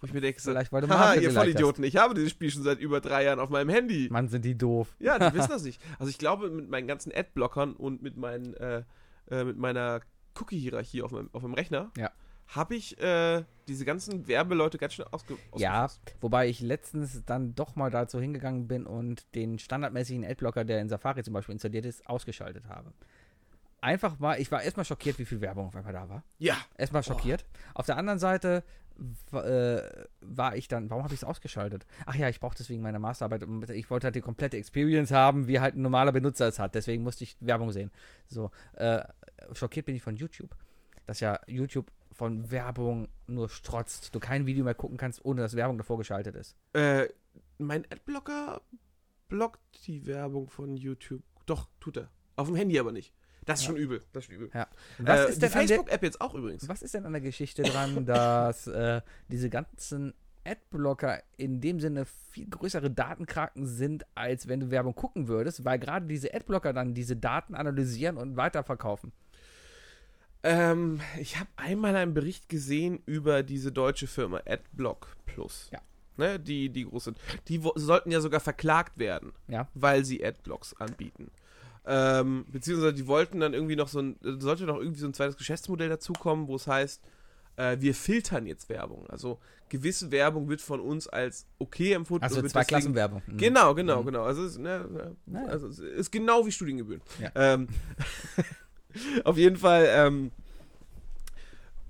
[SPEAKER 2] Wo ich mir denke, so,
[SPEAKER 1] Vielleicht, weil du
[SPEAKER 2] haha,
[SPEAKER 1] Marvel
[SPEAKER 2] ihr
[SPEAKER 1] geliked
[SPEAKER 2] Vollidioten, ich habe dieses Spiel schon seit über drei Jahren auf meinem Handy.
[SPEAKER 1] Mann, sind die doof.
[SPEAKER 2] Ja,
[SPEAKER 1] [laughs]
[SPEAKER 2] die wissen das nicht. Also ich glaube, mit meinen ganzen Adblockern und mit, meinen, äh, äh, mit meiner Cookie-Hierarchie auf meinem, auf meinem Rechner
[SPEAKER 1] Ja.
[SPEAKER 2] habe ich äh, diese ganzen Werbeleute ganz schnell ausge
[SPEAKER 1] Ja,
[SPEAKER 2] ausgeschlossen.
[SPEAKER 1] wobei ich letztens dann doch mal dazu hingegangen bin und den standardmäßigen Adblocker, der in Safari zum Beispiel installiert ist, ausgeschaltet habe. Einfach mal, ich war erstmal schockiert, wie viel Werbung auf einmal da war.
[SPEAKER 2] Ja,
[SPEAKER 1] Erstmal schockiert. Auf der anderen Seite w- äh, war ich dann, warum habe ich es ausgeschaltet? Ach ja, ich brauchte es wegen meiner Masterarbeit. und Ich wollte halt die komplette Experience haben, wie halt ein normaler Benutzer es hat. Deswegen musste ich Werbung sehen. So, äh, schockiert bin ich von YouTube. Dass ja YouTube von Werbung nur strotzt. Du kein Video mehr gucken kannst, ohne dass Werbung davor geschaltet ist.
[SPEAKER 2] Äh, mein Adblocker blockt die Werbung von YouTube. Doch, tut er. Auf dem Handy aber nicht. Das ist
[SPEAKER 1] Ja.
[SPEAKER 2] schon übel. Das ist schon übel.
[SPEAKER 1] Ja. Was
[SPEAKER 2] äh,
[SPEAKER 1] ist
[SPEAKER 2] die
[SPEAKER 1] denn an der-
[SPEAKER 2] Facebook-App jetzt auch übrigens.
[SPEAKER 1] Was ist denn an der Geschichte
[SPEAKER 2] [laughs]
[SPEAKER 1] dran, dass äh, diese ganzen Adblocker in dem Sinne viel größere Datenkraken sind, als wenn du Werbung gucken würdest, weil gerade diese Adblocker dann diese Daten analysieren und weiterverkaufen.
[SPEAKER 2] Ähm, ich habe einmal einen Bericht gesehen über diese deutsche Firma Adblock Plus.
[SPEAKER 1] Ja.
[SPEAKER 2] Ne, die, die groß sind. Die wo- sollten ja sogar verklagt werden,
[SPEAKER 1] Ja.
[SPEAKER 2] weil sie Adblocks anbieten. Ähm, beziehungsweise die wollten dann irgendwie noch so ein, sollte noch irgendwie so ein zweites Geschäftsmodell dazukommen, wo es heißt, äh, wir filtern jetzt Werbung. Also gewisse Werbung wird von uns als okay empfunden.
[SPEAKER 1] Also
[SPEAKER 2] und wird
[SPEAKER 1] zwei
[SPEAKER 2] deswegen-
[SPEAKER 1] Klassenwerbung. Mhm.
[SPEAKER 2] Genau, genau, genau. Also, es ist, ne, ne,
[SPEAKER 1] Naja.
[SPEAKER 2] also es ist genau wie Studiengebühren.
[SPEAKER 1] Ja.
[SPEAKER 2] Ähm, [laughs] auf jeden Fall ähm,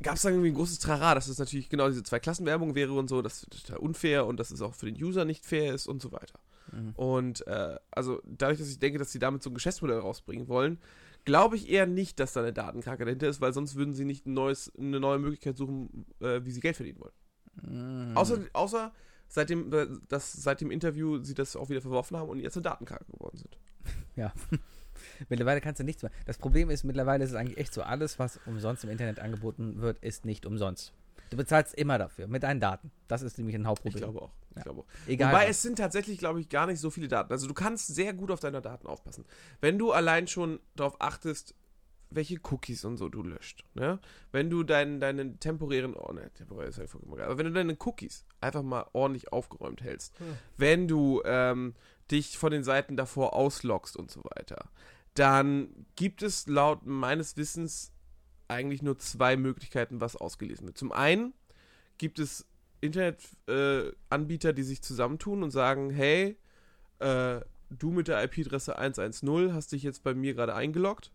[SPEAKER 2] gab es dann irgendwie ein großes Trara, dass es natürlich genau diese Zwei-Klassen-Werbung wäre und so, dass das total unfair und dass es auch für den User nicht fair ist und so weiter.
[SPEAKER 1] Mhm.
[SPEAKER 2] Und äh, also dadurch, dass ich denke, dass sie damit so ein Geschäftsmodell rausbringen wollen, glaube ich eher nicht, dass da eine Datenkrake dahinter ist, weil sonst würden sie nicht ein neues, eine neue Möglichkeit suchen, äh, wie sie Geld verdienen wollen.
[SPEAKER 1] Mhm.
[SPEAKER 2] Außer, außer seit, dem, äh, dass seit dem Interview sie das auch wieder verworfen haben und jetzt eine Datenkrake geworden sind.
[SPEAKER 1] Mittlerweile kannst du nichts mehr. Das Problem ist, mittlerweile ist es eigentlich echt so, alles, was umsonst im Internet angeboten wird, ist nicht umsonst. Du bezahlst immer dafür, mit deinen Daten. Das ist nämlich ein
[SPEAKER 2] Ich
[SPEAKER 1] Hauptproblem.
[SPEAKER 2] glaube auch. Ich
[SPEAKER 1] Ja.
[SPEAKER 2] glaube auch.
[SPEAKER 1] Egal.
[SPEAKER 2] Wobei
[SPEAKER 1] was.
[SPEAKER 2] es sind tatsächlich, glaube ich, gar nicht so viele Daten. Also du kannst sehr gut auf deine Daten aufpassen. Wenn du allein schon darauf achtest, welche Cookies und so du löscht. Ne? Wenn du deinen, deinen temporären, oh ne, temporär ist halt vollkommen egal, aber wenn du deine Cookies einfach mal ordentlich aufgeräumt hältst,
[SPEAKER 1] Ja.
[SPEAKER 2] wenn du ähm, dich von den Seiten davor ausloggst und so weiter, dann gibt es laut meines Wissens eigentlich nur zwei Möglichkeiten, was ausgelesen wird. Zum einen gibt es Internetanbieter, äh, Anbieter, die sich zusammentun und sagen, hey, äh, du mit der IP-Adresse 110 hast dich jetzt bei mir gerade eingeloggt.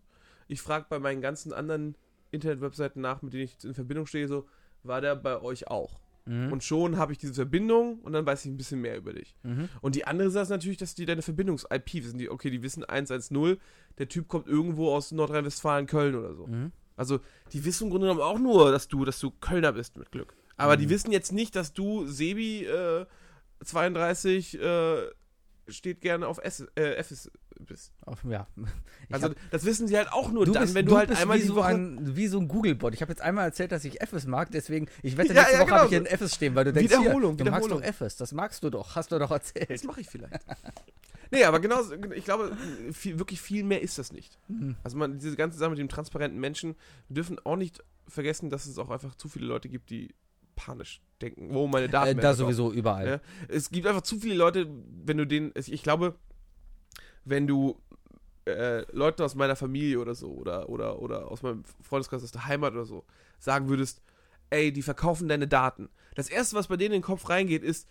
[SPEAKER 2] Ich frage bei meinen ganzen anderen Internet-Webseiten nach, mit denen ich jetzt in Verbindung stehe, so, war der bei euch auch?
[SPEAKER 1] Mhm.
[SPEAKER 2] Und schon habe ich diese Verbindung und dann weiß ich ein bisschen mehr über dich.
[SPEAKER 1] Mhm.
[SPEAKER 2] Und die andere Sache ist natürlich, dass die deine Verbindungs-IP wissen. Die, okay, die wissen 110, der Typ kommt irgendwo aus Nordrhein-Westfalen, Köln oder so.
[SPEAKER 1] Mhm.
[SPEAKER 2] Also, die wissen im Grunde genommen auch nur, dass du, dass du Kölner bist, mit Glück. Aber die
[SPEAKER 1] Mhm.
[SPEAKER 2] wissen jetzt nicht, dass du Sebi äh, 32 äh, steht gerne auf S, äh, FS bist.
[SPEAKER 1] Auf, ja. Ich
[SPEAKER 2] Also, das wissen sie halt auch nur
[SPEAKER 1] du
[SPEAKER 2] dann,
[SPEAKER 1] bist,
[SPEAKER 2] wenn
[SPEAKER 1] du,
[SPEAKER 2] du, halt
[SPEAKER 1] bist
[SPEAKER 2] einmal
[SPEAKER 1] wie
[SPEAKER 2] die
[SPEAKER 1] so
[SPEAKER 2] Woche.
[SPEAKER 1] ein wie so ein Google-Bot. Ich habe jetzt einmal erzählt, dass ich FS mag, deswegen, ich wette,
[SPEAKER 2] [laughs] Ja,
[SPEAKER 1] letzte
[SPEAKER 2] ja,
[SPEAKER 1] Woche
[SPEAKER 2] genau
[SPEAKER 1] habe ich
[SPEAKER 2] so.
[SPEAKER 1] hier einen FS stehen, weil du denkst,
[SPEAKER 2] Wiederholung,
[SPEAKER 1] hier, du
[SPEAKER 2] Wiederholung.
[SPEAKER 1] magst doch FS, das magst du doch, hast du doch
[SPEAKER 2] Das
[SPEAKER 1] erzählt.
[SPEAKER 2] [laughs] mache ich vielleicht. nee, aber genau, ich glaube, viel, wirklich viel mehr ist das nicht.
[SPEAKER 1] Mhm.
[SPEAKER 2] Also man, diese ganze Sache mit dem transparenten Menschen, wir dürfen auch nicht vergessen, dass es auch einfach zu viele Leute gibt, die panisch denken, oh, meine Daten
[SPEAKER 1] Äh,
[SPEAKER 2] werden
[SPEAKER 1] da
[SPEAKER 2] verkauft.
[SPEAKER 1] sowieso überall.
[SPEAKER 2] Ja. Es gibt einfach zu viele Leute, wenn du den, ich ich glaube, wenn du äh, Leuten aus meiner Familie oder so oder, oder, oder aus meinem Freundeskreis aus der Heimat oder so sagen würdest, ey, die verkaufen deine Daten. Das erste, was bei denen in den Kopf reingeht, ist,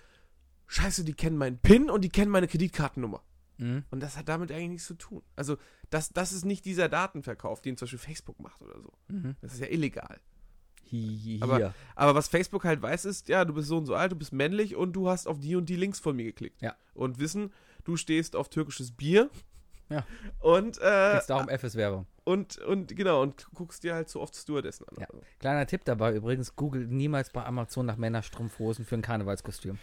[SPEAKER 2] scheiße, die kennen meinen PIN und die kennen meine Kreditkartennummer.
[SPEAKER 1] Mhm.
[SPEAKER 2] Und das hat damit eigentlich nichts zu tun. Also, das, das ist nicht dieser Datenverkauf, den zum Beispiel Facebook macht oder so.
[SPEAKER 1] Mhm.
[SPEAKER 2] Das ist ja illegal.
[SPEAKER 1] Hier.
[SPEAKER 2] Aber- Aber was Facebook halt weiß, ist, ja, du bist so und so alt, du bist männlich und du hast auf die und die Links von mir geklickt.
[SPEAKER 1] Ja.
[SPEAKER 2] Und wissen, du stehst auf türkisches Bier.
[SPEAKER 1] Ja.
[SPEAKER 2] Und, äh,
[SPEAKER 1] Geht's da um FS-Werbung.
[SPEAKER 2] und, und, genau, und guckst dir halt so oft Stewardessen an.
[SPEAKER 1] Ja.
[SPEAKER 2] Also,
[SPEAKER 1] Kleiner Tipp dabei übrigens, googelt niemals bei Amazon nach Männerstrumpfhosen für ein Karnevalskostüm.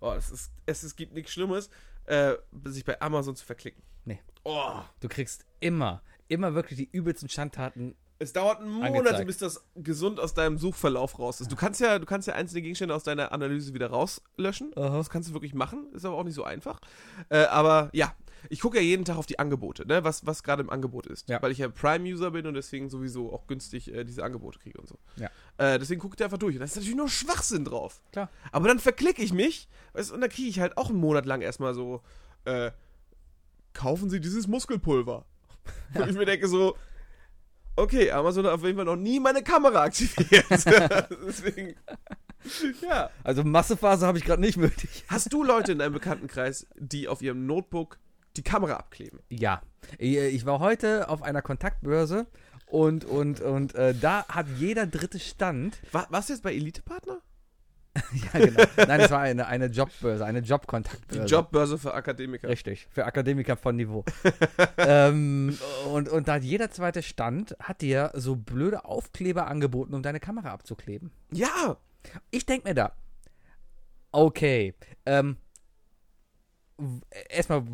[SPEAKER 2] Oh, das ist, es, es gibt nichts Schlimmes, äh, sich bei Amazon zu verklicken.
[SPEAKER 1] Nee.
[SPEAKER 2] Oh,
[SPEAKER 1] Du kriegst immer, immer wirklich die übelsten Schandtaten.
[SPEAKER 2] es dauert Monate,
[SPEAKER 1] Angezeigt.
[SPEAKER 2] bis das gesund aus deinem Suchverlauf raus ist. Du kannst ja, du kannst ja einzelne Gegenstände aus deiner Analyse wieder rauslöschen. Das kannst du wirklich machen, ist aber auch nicht so einfach. Äh, aber ja, ich gucke ja jeden Tag auf die Angebote, ne? was, was gerade im Angebot ist.
[SPEAKER 1] Ja.
[SPEAKER 2] Weil ich ja Prime-User bin und deswegen sowieso auch günstig äh, diese Angebote kriege und so.
[SPEAKER 1] Ja.
[SPEAKER 2] Äh, deswegen guckt ihr einfach durch. Und da ist natürlich nur Schwachsinn drauf.
[SPEAKER 1] Klar.
[SPEAKER 2] Aber dann verklicke ich mich weißt, du, und dann kriege ich halt auch einen Monat lang erstmal so, äh, kaufen Sie dieses Muskelpulver. Und ich mir denke so, okay, Amazon hat auf jeden Fall noch nie meine Kamera aktiviert. [laughs] deswegen, ja.
[SPEAKER 1] Also Massephase habe ich gerade nicht [laughs] möglich.
[SPEAKER 2] Hast du Leute in deinem Bekanntenkreis, die auf ihrem Notebook die Kamera abkleben?
[SPEAKER 1] Ja, Äh, ich war heute auf einer Kontaktbörse und, und, und äh, da hat jeder dritte Stand. [laughs]
[SPEAKER 2] War, warst du jetzt bei Elite-Partner?
[SPEAKER 1] Ja, genau. Nein, es war eine, eine Jobbörse, eine
[SPEAKER 2] Die
[SPEAKER 1] Jobkontaktbörse.
[SPEAKER 2] Jobbörse für Akademiker.
[SPEAKER 1] Richtig, für Akademiker von Niveau. ähm, und, und da hat jeder zweite Stand hat dir so blöde Aufkleber angeboten, um deine Kamera abzukleben.
[SPEAKER 2] Ja!
[SPEAKER 1] Ich denke mir da, okay, ähm, w- erstmal w-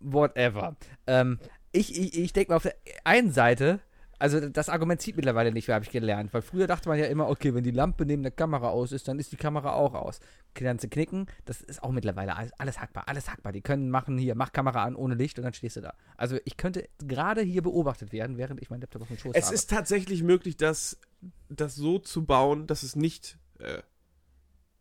[SPEAKER 1] whatever. Ähm, ich ich, ich denke mir auf der einen Seite, also das Argument zieht mittlerweile nicht mehr, habe ich gelernt, weil früher dachte man ja immer, okay, wenn die Lampe neben der Kamera aus ist, dann ist die Kamera auch aus. Ganze Knicken, das ist auch mittlerweile alles, alles hackbar, alles hackbar. Die können machen hier, mach Kamera an ohne Licht und dann stehst du da. Also ich könnte gerade hier beobachtet werden, während ich meinen Laptop auf dem Schoß
[SPEAKER 2] Es
[SPEAKER 1] habe.
[SPEAKER 2] ist tatsächlich möglich, das, das so zu bauen, dass es nicht, äh,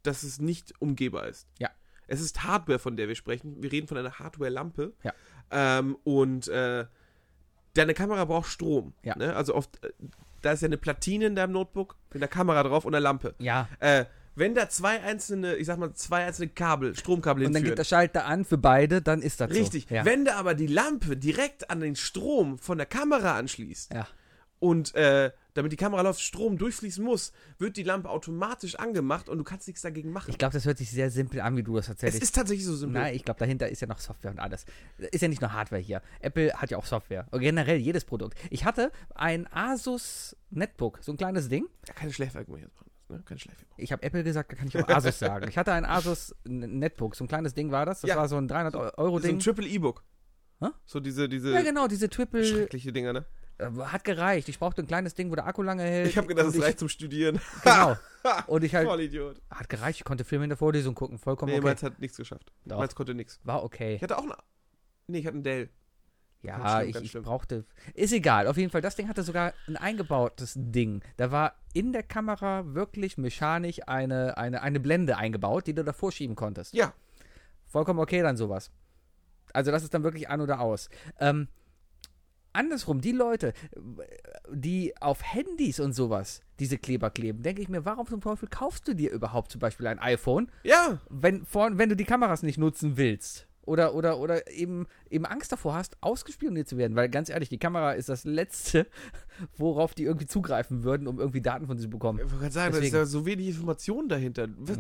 [SPEAKER 2] dass es nicht umgehbar ist.
[SPEAKER 1] Ja.
[SPEAKER 2] Es ist Hardware, von der wir sprechen. Wir reden von einer Hardware-Lampe.
[SPEAKER 1] Ja.
[SPEAKER 2] Ähm, und äh, deine Kamera braucht Strom.
[SPEAKER 1] Ja.
[SPEAKER 2] Ne? Also oft, äh, da ist ja eine Platine in deinem Notebook, mit einer Kamera drauf und einer Lampe.
[SPEAKER 1] ja,
[SPEAKER 2] Äh, wenn da zwei einzelne, ich sag mal, zwei einzelne Kabel, Stromkabel
[SPEAKER 1] und dann geht
[SPEAKER 2] hinführen.
[SPEAKER 1] der Schalter an für beide, dann ist das
[SPEAKER 2] Richtig.
[SPEAKER 1] so. Ja.
[SPEAKER 2] Wenn da aber die Lampe direkt an den Strom von der Kamera anschließt
[SPEAKER 1] Ja.
[SPEAKER 2] und äh, damit die Kamera läuft, Strom durchfließen muss, wird die Lampe automatisch angemacht und du kannst nichts dagegen machen.
[SPEAKER 1] Ich glaube, das hört sich sehr simpel an, wie du das
[SPEAKER 2] es
[SPEAKER 1] erzählst.
[SPEAKER 2] ist tatsächlich so simpel.
[SPEAKER 1] Nein, ich glaube, dahinter ist ja noch Software und alles. Ist ja nicht nur Hardware hier. Apple hat ja auch Software. Und generell jedes Produkt. Ich hatte ein Asus Netbook, so ein kleines Ding.
[SPEAKER 2] Ja, keine Schleifwirkung jetzt machen. Ne? Keine Schleifwirkung.
[SPEAKER 1] Ich habe Apple gesagt, da kann ich auch Asus sagen. Ich hatte ein Asus N- Netbook, so ein kleines Ding war das. Das
[SPEAKER 2] Ja.
[SPEAKER 1] war so ein 300 Euro
[SPEAKER 2] So
[SPEAKER 1] Ding.
[SPEAKER 2] ein Triple E-Book.
[SPEAKER 1] Hä?
[SPEAKER 2] So diese, diese
[SPEAKER 1] ja, genau, diese Triple
[SPEAKER 2] schreckliche Dinger, ne?
[SPEAKER 1] äh, hat gereicht. Ich brauchte ein kleines Ding, wo der Akku lange hält.
[SPEAKER 2] Ich habe gedacht,
[SPEAKER 1] Und
[SPEAKER 2] das reicht zum Studieren.
[SPEAKER 1] [laughs]
[SPEAKER 2] [laughs]
[SPEAKER 1] Genau. Und ich halt,
[SPEAKER 2] Voll Idiot.
[SPEAKER 1] hat gereicht. Ich konnte Filme in der Vorlesung gucken, vollkommen
[SPEAKER 2] Nee,
[SPEAKER 1] Oh, okay.
[SPEAKER 2] meins hat nichts geschafft.
[SPEAKER 1] Doch.
[SPEAKER 2] Meins konnte nichts.
[SPEAKER 1] War okay.
[SPEAKER 2] Ich hatte auch einen. Nee, ich hatte einen Dell. Ganz
[SPEAKER 1] Ja,
[SPEAKER 2] schlimm,
[SPEAKER 1] ich,
[SPEAKER 2] ganz
[SPEAKER 1] ich
[SPEAKER 2] schlimm.
[SPEAKER 1] brauchte. Ist egal. Auf jeden Fall, das Ding hatte sogar ein eingebautes Ding. Da war in der Kamera wirklich mechanisch eine, eine, eine Blende eingebaut, die du davor schieben konntest.
[SPEAKER 2] Ja.
[SPEAKER 1] Vollkommen okay dann sowas. Also das ist dann wirklich an oder aus. Ähm, andersrum, die Leute, die auf Handys und sowas diese Kleber kleben, denke ich mir, warum zum Teufel kaufst du dir überhaupt zum Beispiel ein iPhone,
[SPEAKER 2] Ja.
[SPEAKER 1] wenn, vor, wenn du die Kameras nicht nutzen willst. Oder, oder, oder eben, eben Angst davor hast, ausgespioniert zu werden. Weil ganz ehrlich, die Kamera ist das Letzte, [laughs] worauf die irgendwie zugreifen würden, um irgendwie Daten von sich zu bekommen.
[SPEAKER 2] Ich wollte gerade sagen, da ist
[SPEAKER 1] Deswegen. Mhm.
[SPEAKER 2] ja so wenig Information dahinter. Was-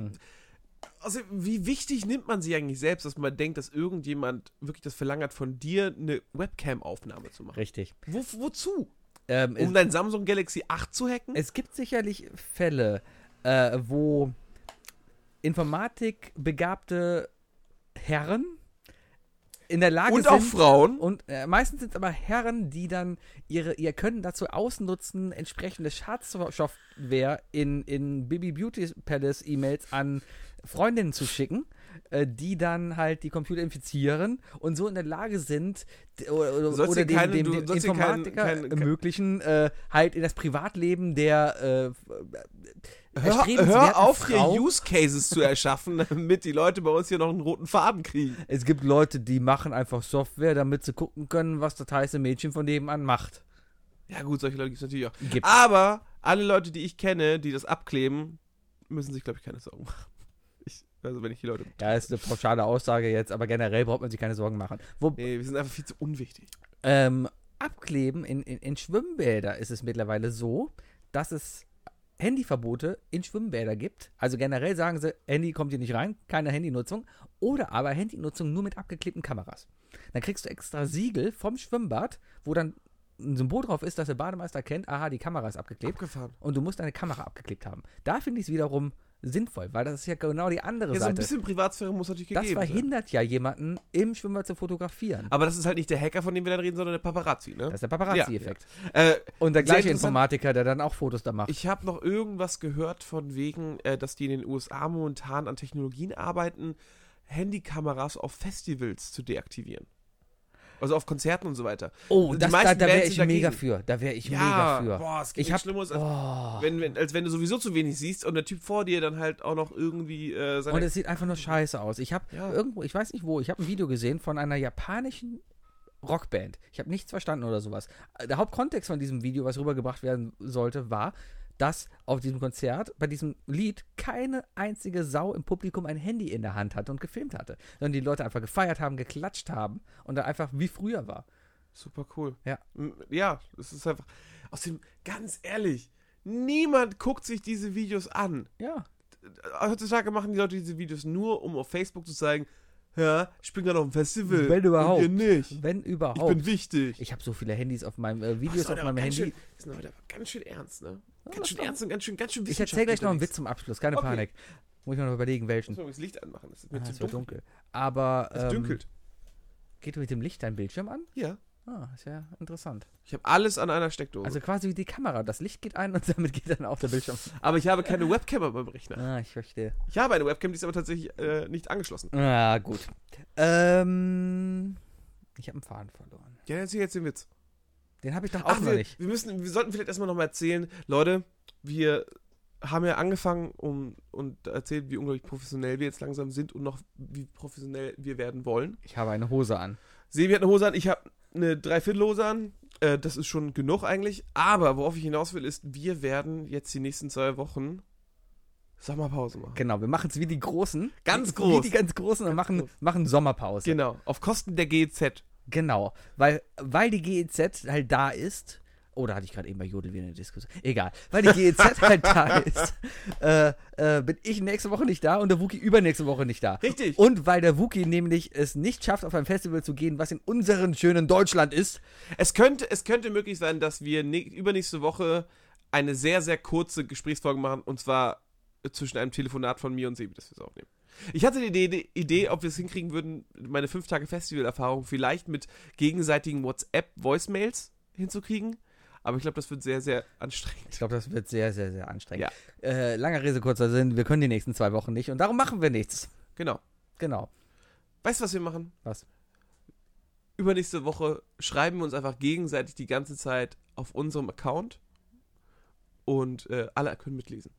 [SPEAKER 2] Also, wie wichtig nimmt man sie eigentlich selbst, dass man denkt, dass irgendjemand wirklich das Verlangen hat, von dir eine Webcam-Aufnahme zu machen?
[SPEAKER 1] Richtig.
[SPEAKER 2] Wo, wozu?
[SPEAKER 1] Ähm,
[SPEAKER 2] Um
[SPEAKER 1] es,
[SPEAKER 2] dein Samsung Galaxy 8 zu hacken?
[SPEAKER 1] es gibt sicherlich Fälle, äh, wo informatikbegabte Herren in der Lage
[SPEAKER 2] Und
[SPEAKER 1] sind.
[SPEAKER 2] auch Frauen?
[SPEAKER 1] Und äh, meistens sind es aber Herren, die dann ihre, ihr Können dazu ausnutzen, entsprechende Schadsoftware in, in Baby Beauty Palace E-Mails an Freundinnen zu schicken, äh, die dann halt die Computer infizieren und so in der Lage sind, d- oder, oder,
[SPEAKER 2] Sollst
[SPEAKER 1] oder
[SPEAKER 2] dir
[SPEAKER 1] dem,
[SPEAKER 2] keine-
[SPEAKER 1] dem,
[SPEAKER 2] du-
[SPEAKER 1] dem
[SPEAKER 2] sollst dir keinen-
[SPEAKER 1] Informatiker
[SPEAKER 2] keinen- kein-
[SPEAKER 1] ermöglichen, äh, halt in das Privatleben der äh,
[SPEAKER 2] Hör,
[SPEAKER 1] erstrebenswerten
[SPEAKER 2] hör auf,
[SPEAKER 1] Frau
[SPEAKER 2] hier Use Cases zu erschaffen, [laughs] damit die Leute bei uns hier noch einen roten Faden kriegen.
[SPEAKER 1] Es gibt Leute, die machen einfach Software, damit sie gucken können, was das heiße Mädchen von nebenan macht.
[SPEAKER 2] Ja, gut, solche Leute gibt es natürlich auch.
[SPEAKER 1] Gibt.
[SPEAKER 2] Aber alle Leute, die ich kenne, die das abkleben, müssen sich, glaube ich, keine Sorgen machen. Ich, Also wenn ich die Leute.
[SPEAKER 1] Ja, ist eine pauschale Aussage jetzt, aber generell braucht man sich keine Sorgen machen. Wo,
[SPEAKER 2] Nee, wir sind einfach viel zu unwichtig.
[SPEAKER 1] ähm, abkleben in, in, in Schwimmbäder ist es mittlerweile so, dass es Handyverbote in Schwimmbäder gibt. Also generell sagen sie, Handy kommt hier nicht rein, keine Handynutzung. Oder aber Handynutzung nur mit abgeklebten Kameras. Dann kriegst du extra Siegel vom Schwimmbad, wo dann ein Symbol drauf ist, dass der Bademeister kennt, aha, die Kamera ist abgeklebt.
[SPEAKER 2] Abgefahren.
[SPEAKER 1] und du musst deine Kamera abgeklebt haben. Da finde ich es wiederum sinnvoll, weil das ist ja genau die andere
[SPEAKER 2] Ja, so ein
[SPEAKER 1] Seite.
[SPEAKER 2] bisschen Privatsphäre muss natürlich
[SPEAKER 1] das
[SPEAKER 2] gegeben sein.
[SPEAKER 1] verhindert ja jemanden, im Schwimmbad zu fotografieren.
[SPEAKER 2] Aber das ist halt nicht der Hacker, von dem wir dann reden, sondern der Paparazzi, ne?
[SPEAKER 1] Das ist der Paparazzi-Effekt.
[SPEAKER 2] Äh,
[SPEAKER 1] Und der
[SPEAKER 2] Sehr
[SPEAKER 1] gleiche
[SPEAKER 2] interessant.
[SPEAKER 1] Informatiker, der dann auch Fotos da macht.
[SPEAKER 2] ich habe noch irgendwas gehört von wegen, äh, dass die in den USA momentan an Technologien arbeiten, Handykameras auf Festivals zu deaktivieren. Also auf Konzerten und so weiter.
[SPEAKER 1] oh,
[SPEAKER 2] die
[SPEAKER 1] das, da,
[SPEAKER 2] meisten
[SPEAKER 1] da wäre
[SPEAKER 2] Bands
[SPEAKER 1] ich
[SPEAKER 2] sind
[SPEAKER 1] mega
[SPEAKER 2] dagegen.
[SPEAKER 1] für. Da wäre ich
[SPEAKER 2] Ja,
[SPEAKER 1] mega für.
[SPEAKER 2] boah, es gibt
[SPEAKER 1] ich
[SPEAKER 2] nichts
[SPEAKER 1] hab,
[SPEAKER 2] Schlimmeres, als,
[SPEAKER 1] boah.
[SPEAKER 2] wenn, wenn, als wenn du sowieso zu wenig siehst und der Typ vor dir dann halt auch noch irgendwie äh, seine
[SPEAKER 1] Und es sieht einfach nur scheiße aus. Ich habe
[SPEAKER 2] Ja.
[SPEAKER 1] irgendwo, ich weiß nicht wo, ich habe ein Video gesehen von einer japanischen Rockband. Ich habe nichts verstanden oder sowas. Der Hauptkontext von diesem Video, was rübergebracht werden sollte, war, dass auf diesem Konzert bei diesem Lied keine einzige Sau im Publikum ein Handy in der Hand hatte und gefilmt hatte, sondern die Leute einfach gefeiert haben, geklatscht haben und dann einfach wie früher war.
[SPEAKER 2] Super cool.
[SPEAKER 1] Ja.
[SPEAKER 2] M- Ja, es ist einfach. Außerdem, ganz ehrlich, niemand guckt sich diese Videos an.
[SPEAKER 1] Ja.
[SPEAKER 2] Heutzutage machen die Leute diese Videos nur, um auf Facebook zu zeigen, ja, ich bin gerade auf dem Festival.
[SPEAKER 1] Wenn überhaupt.
[SPEAKER 2] Und ihr nicht.
[SPEAKER 1] Wenn
[SPEAKER 2] Ich
[SPEAKER 1] überhaupt.
[SPEAKER 2] bin wichtig.
[SPEAKER 1] Ich habe so viele Handys auf meinem äh,
[SPEAKER 2] Ach,
[SPEAKER 1] Videos
[SPEAKER 2] ist heute
[SPEAKER 1] auf
[SPEAKER 2] aber
[SPEAKER 1] meinem
[SPEAKER 2] ganz
[SPEAKER 1] Handy.
[SPEAKER 2] Schön, ist heute aber ganz schön ernst, ne? Ganz schön ernst und ganz schön, ganz schön
[SPEAKER 1] ich erzähle gleich noch einen Witz
[SPEAKER 2] wissenschaftlich
[SPEAKER 1] zum Abschluss, keine
[SPEAKER 2] Okay.
[SPEAKER 1] Panik. Muss ich mir noch überlegen,
[SPEAKER 2] unterwegs.
[SPEAKER 1] welchen.
[SPEAKER 2] Muss man übrigens Licht anmachen, das ist mir
[SPEAKER 1] Ah,
[SPEAKER 2] zu
[SPEAKER 1] es wird
[SPEAKER 2] dunkel.
[SPEAKER 1] dunkel. Aber
[SPEAKER 2] Es
[SPEAKER 1] ähm,
[SPEAKER 2] dünkelt.
[SPEAKER 1] geht mit dem Licht dein Bildschirm an?
[SPEAKER 2] Ja.
[SPEAKER 1] Ah, ist ja interessant.
[SPEAKER 2] Ich habe alles an einer Steckdose.
[SPEAKER 1] Also quasi wie die Kamera. Das Licht geht ein und [laughs] damit geht dann auch der Bildschirm.
[SPEAKER 2] aber ich habe keine Webcam an meinem Rechner.
[SPEAKER 1] Ah, ich verstehe.
[SPEAKER 2] Ich habe eine Webcam, die ist aber tatsächlich äh, nicht angeschlossen.
[SPEAKER 1] Ah, gut. Ähm, ich habe einen Faden verloren.
[SPEAKER 2] Ja, dann erzähl jetzt den Witz.
[SPEAKER 1] Den habe ich doch auch
[SPEAKER 2] Ach,
[SPEAKER 1] noch
[SPEAKER 2] wir,
[SPEAKER 1] nicht.
[SPEAKER 2] Wir, müssen, wir sollten vielleicht erstmal nochmal erzählen, Leute, wir haben ja angefangen um, und erzählt, wie unglaublich professionell wir jetzt langsam sind und noch wie professionell wir werden wollen.
[SPEAKER 1] Ich habe eine Hose an.
[SPEAKER 2] Sebi hat eine Hose an, ich habe eine Dreiviertelhose an. Äh, das ist schon genug eigentlich. Aber worauf ich hinaus will, ist, wir werden jetzt die nächsten zwei Wochen Sommerpause machen.
[SPEAKER 1] Genau, wir machen es wie die Großen.
[SPEAKER 2] Ganz
[SPEAKER 1] wie,
[SPEAKER 2] groß.
[SPEAKER 1] Wie die ganz Großen und machen,
[SPEAKER 2] groß.
[SPEAKER 1] machen Sommerpause.
[SPEAKER 2] Genau, auf Kosten der GEZ.
[SPEAKER 1] Genau, weil, weil die GEZ halt da ist, oder hatte ich gerade eben bei Jodel wieder eine Diskussion, egal, weil die
[SPEAKER 2] [laughs]
[SPEAKER 1] GEZ halt da ist, äh, äh, bin ich nächste Woche nicht da und der Wookie übernächste Woche nicht da.
[SPEAKER 2] Richtig.
[SPEAKER 1] Und weil der Wookie nämlich es nicht schafft, auf ein Festival zu gehen, was in unserem schönen Deutschland ist.
[SPEAKER 2] Es könnte, es könnte möglich sein, dass wir ne übernächste Woche eine sehr, sehr kurze Gesprächsfolge machen und zwar zwischen einem Telefonat von mir und Sebi, dass wir es aufnehmen. Ich hatte die Idee, die Idee, ob wir es hinkriegen würden, meine fünf Tage Festival-Erfahrung vielleicht mit gegenseitigen WhatsApp-Voicemails hinzukriegen. Aber ich glaube, das wird sehr, sehr anstrengend.
[SPEAKER 1] Ich glaube, das wird sehr, sehr, sehr anstrengend. Äh, langer Rede, kurzer Sinn, wir können die nächsten zwei Wochen nicht und darum machen wir nichts.
[SPEAKER 2] Genau.
[SPEAKER 1] Genau. [laughs]
[SPEAKER 2] Weißt du, was wir machen?
[SPEAKER 1] Was?
[SPEAKER 2] Übernächste Woche schreiben wir uns einfach gegenseitig die ganze Zeit auf unserem Account und äh, alle können mitlesen.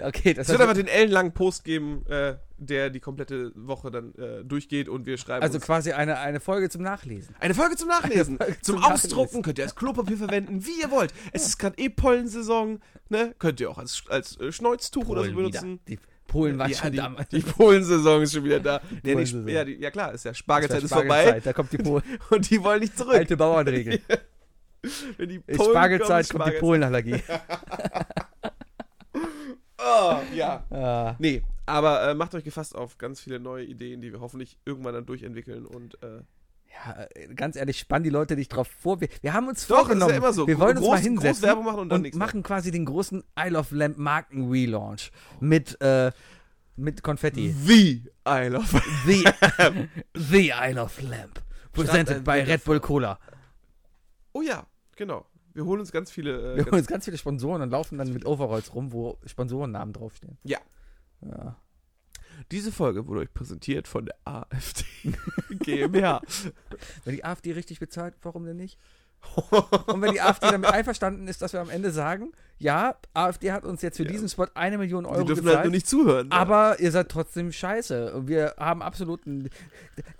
[SPEAKER 1] Okay, das
[SPEAKER 2] Es wird
[SPEAKER 1] heißt-
[SPEAKER 2] einfach den ellenlangen Post geben, äh, der die komplette Woche dann äh, durchgeht und wir schreiben
[SPEAKER 1] also
[SPEAKER 2] uns
[SPEAKER 1] quasi eine, eine Folge zum Nachlesen.
[SPEAKER 2] eine Folge
[SPEAKER 1] [laughs]
[SPEAKER 2] zum Nachlesen,
[SPEAKER 1] Folge
[SPEAKER 2] zum,
[SPEAKER 1] zum
[SPEAKER 2] Ausdrucken. Könnt ihr als Klopapier verwenden, wie ihr wollt. Es ist gerade eh Pollensaison, ne? Könnt ihr auch als, als äh, Schnäuztuch oder so
[SPEAKER 1] Polen wieder.
[SPEAKER 2] benutzen.
[SPEAKER 1] Die Polen waren
[SPEAKER 2] Ja,
[SPEAKER 1] schon
[SPEAKER 2] die,
[SPEAKER 1] damals.
[SPEAKER 2] die Polensaison ist schon wieder da. Nee, die,
[SPEAKER 1] Polensaison.
[SPEAKER 2] Sp- ja, die, ja klar, ist ja Spargelzeit ist vorbei
[SPEAKER 1] Spargelzeit, Da kommt die
[SPEAKER 2] [laughs]
[SPEAKER 1] Polen.
[SPEAKER 2] und die wollen nicht zurück.
[SPEAKER 1] Alte
[SPEAKER 2] [laughs]
[SPEAKER 1] Bauernregel.
[SPEAKER 2] Wenn die
[SPEAKER 1] In
[SPEAKER 2] Polen
[SPEAKER 1] Spargelzeit
[SPEAKER 2] kommen,
[SPEAKER 1] kommt die
[SPEAKER 2] Spargel- [laughs]
[SPEAKER 1] Polenallergie.
[SPEAKER 2] Oh, ja.
[SPEAKER 1] Ah,
[SPEAKER 2] Nee, aber äh, macht euch gefasst auf ganz viele neue Ideen, die wir hoffentlich irgendwann dann durchentwickeln und äh,
[SPEAKER 1] ja, äh, ganz ehrlich, spannen die Leute nicht drauf vor. Wir, wir haben uns
[SPEAKER 2] Doch,
[SPEAKER 1] vorgenommen.
[SPEAKER 2] ist ja immer so.
[SPEAKER 1] Wir wollen uns mal
[SPEAKER 2] Groß-
[SPEAKER 1] hinsetzen
[SPEAKER 2] Großwerbung machen und dann nichts
[SPEAKER 1] machen quasi den großen Isle of Lamp Marken Relaunch mit, äh, mit Konfetti.
[SPEAKER 2] Wie I love [laughs]
[SPEAKER 1] The, the Isle of Lamp. Presented
[SPEAKER 2] ein
[SPEAKER 1] by
[SPEAKER 2] Bild
[SPEAKER 1] Red Bull Cola.
[SPEAKER 2] Oh ja, genau. Wir holen uns ganz viele. Äh,
[SPEAKER 1] Wir
[SPEAKER 2] ganz,
[SPEAKER 1] holen uns ganz viele Sponsoren und laufen dann mit Overalls rum, wo Sponsorennamen draufstehen.
[SPEAKER 2] Ja.
[SPEAKER 1] ja.
[SPEAKER 2] diese Folge wurde euch präsentiert von der [laughs] AfD GmbH.
[SPEAKER 1] Wenn die AfD richtig bezahlt, warum denn
[SPEAKER 2] [laughs]
[SPEAKER 1] nicht? Und wenn die AfD damit einverstanden ist, dass wir am Ende sagen, ja, AfD hat uns jetzt für
[SPEAKER 2] Ja.
[SPEAKER 1] diesen Spot eine Million
[SPEAKER 2] Die
[SPEAKER 1] Euro
[SPEAKER 2] dürfen
[SPEAKER 1] gezahlt,
[SPEAKER 2] halt nur nicht zuhören.
[SPEAKER 1] aber ihr seid trotzdem scheiße. Und wir haben absoluten,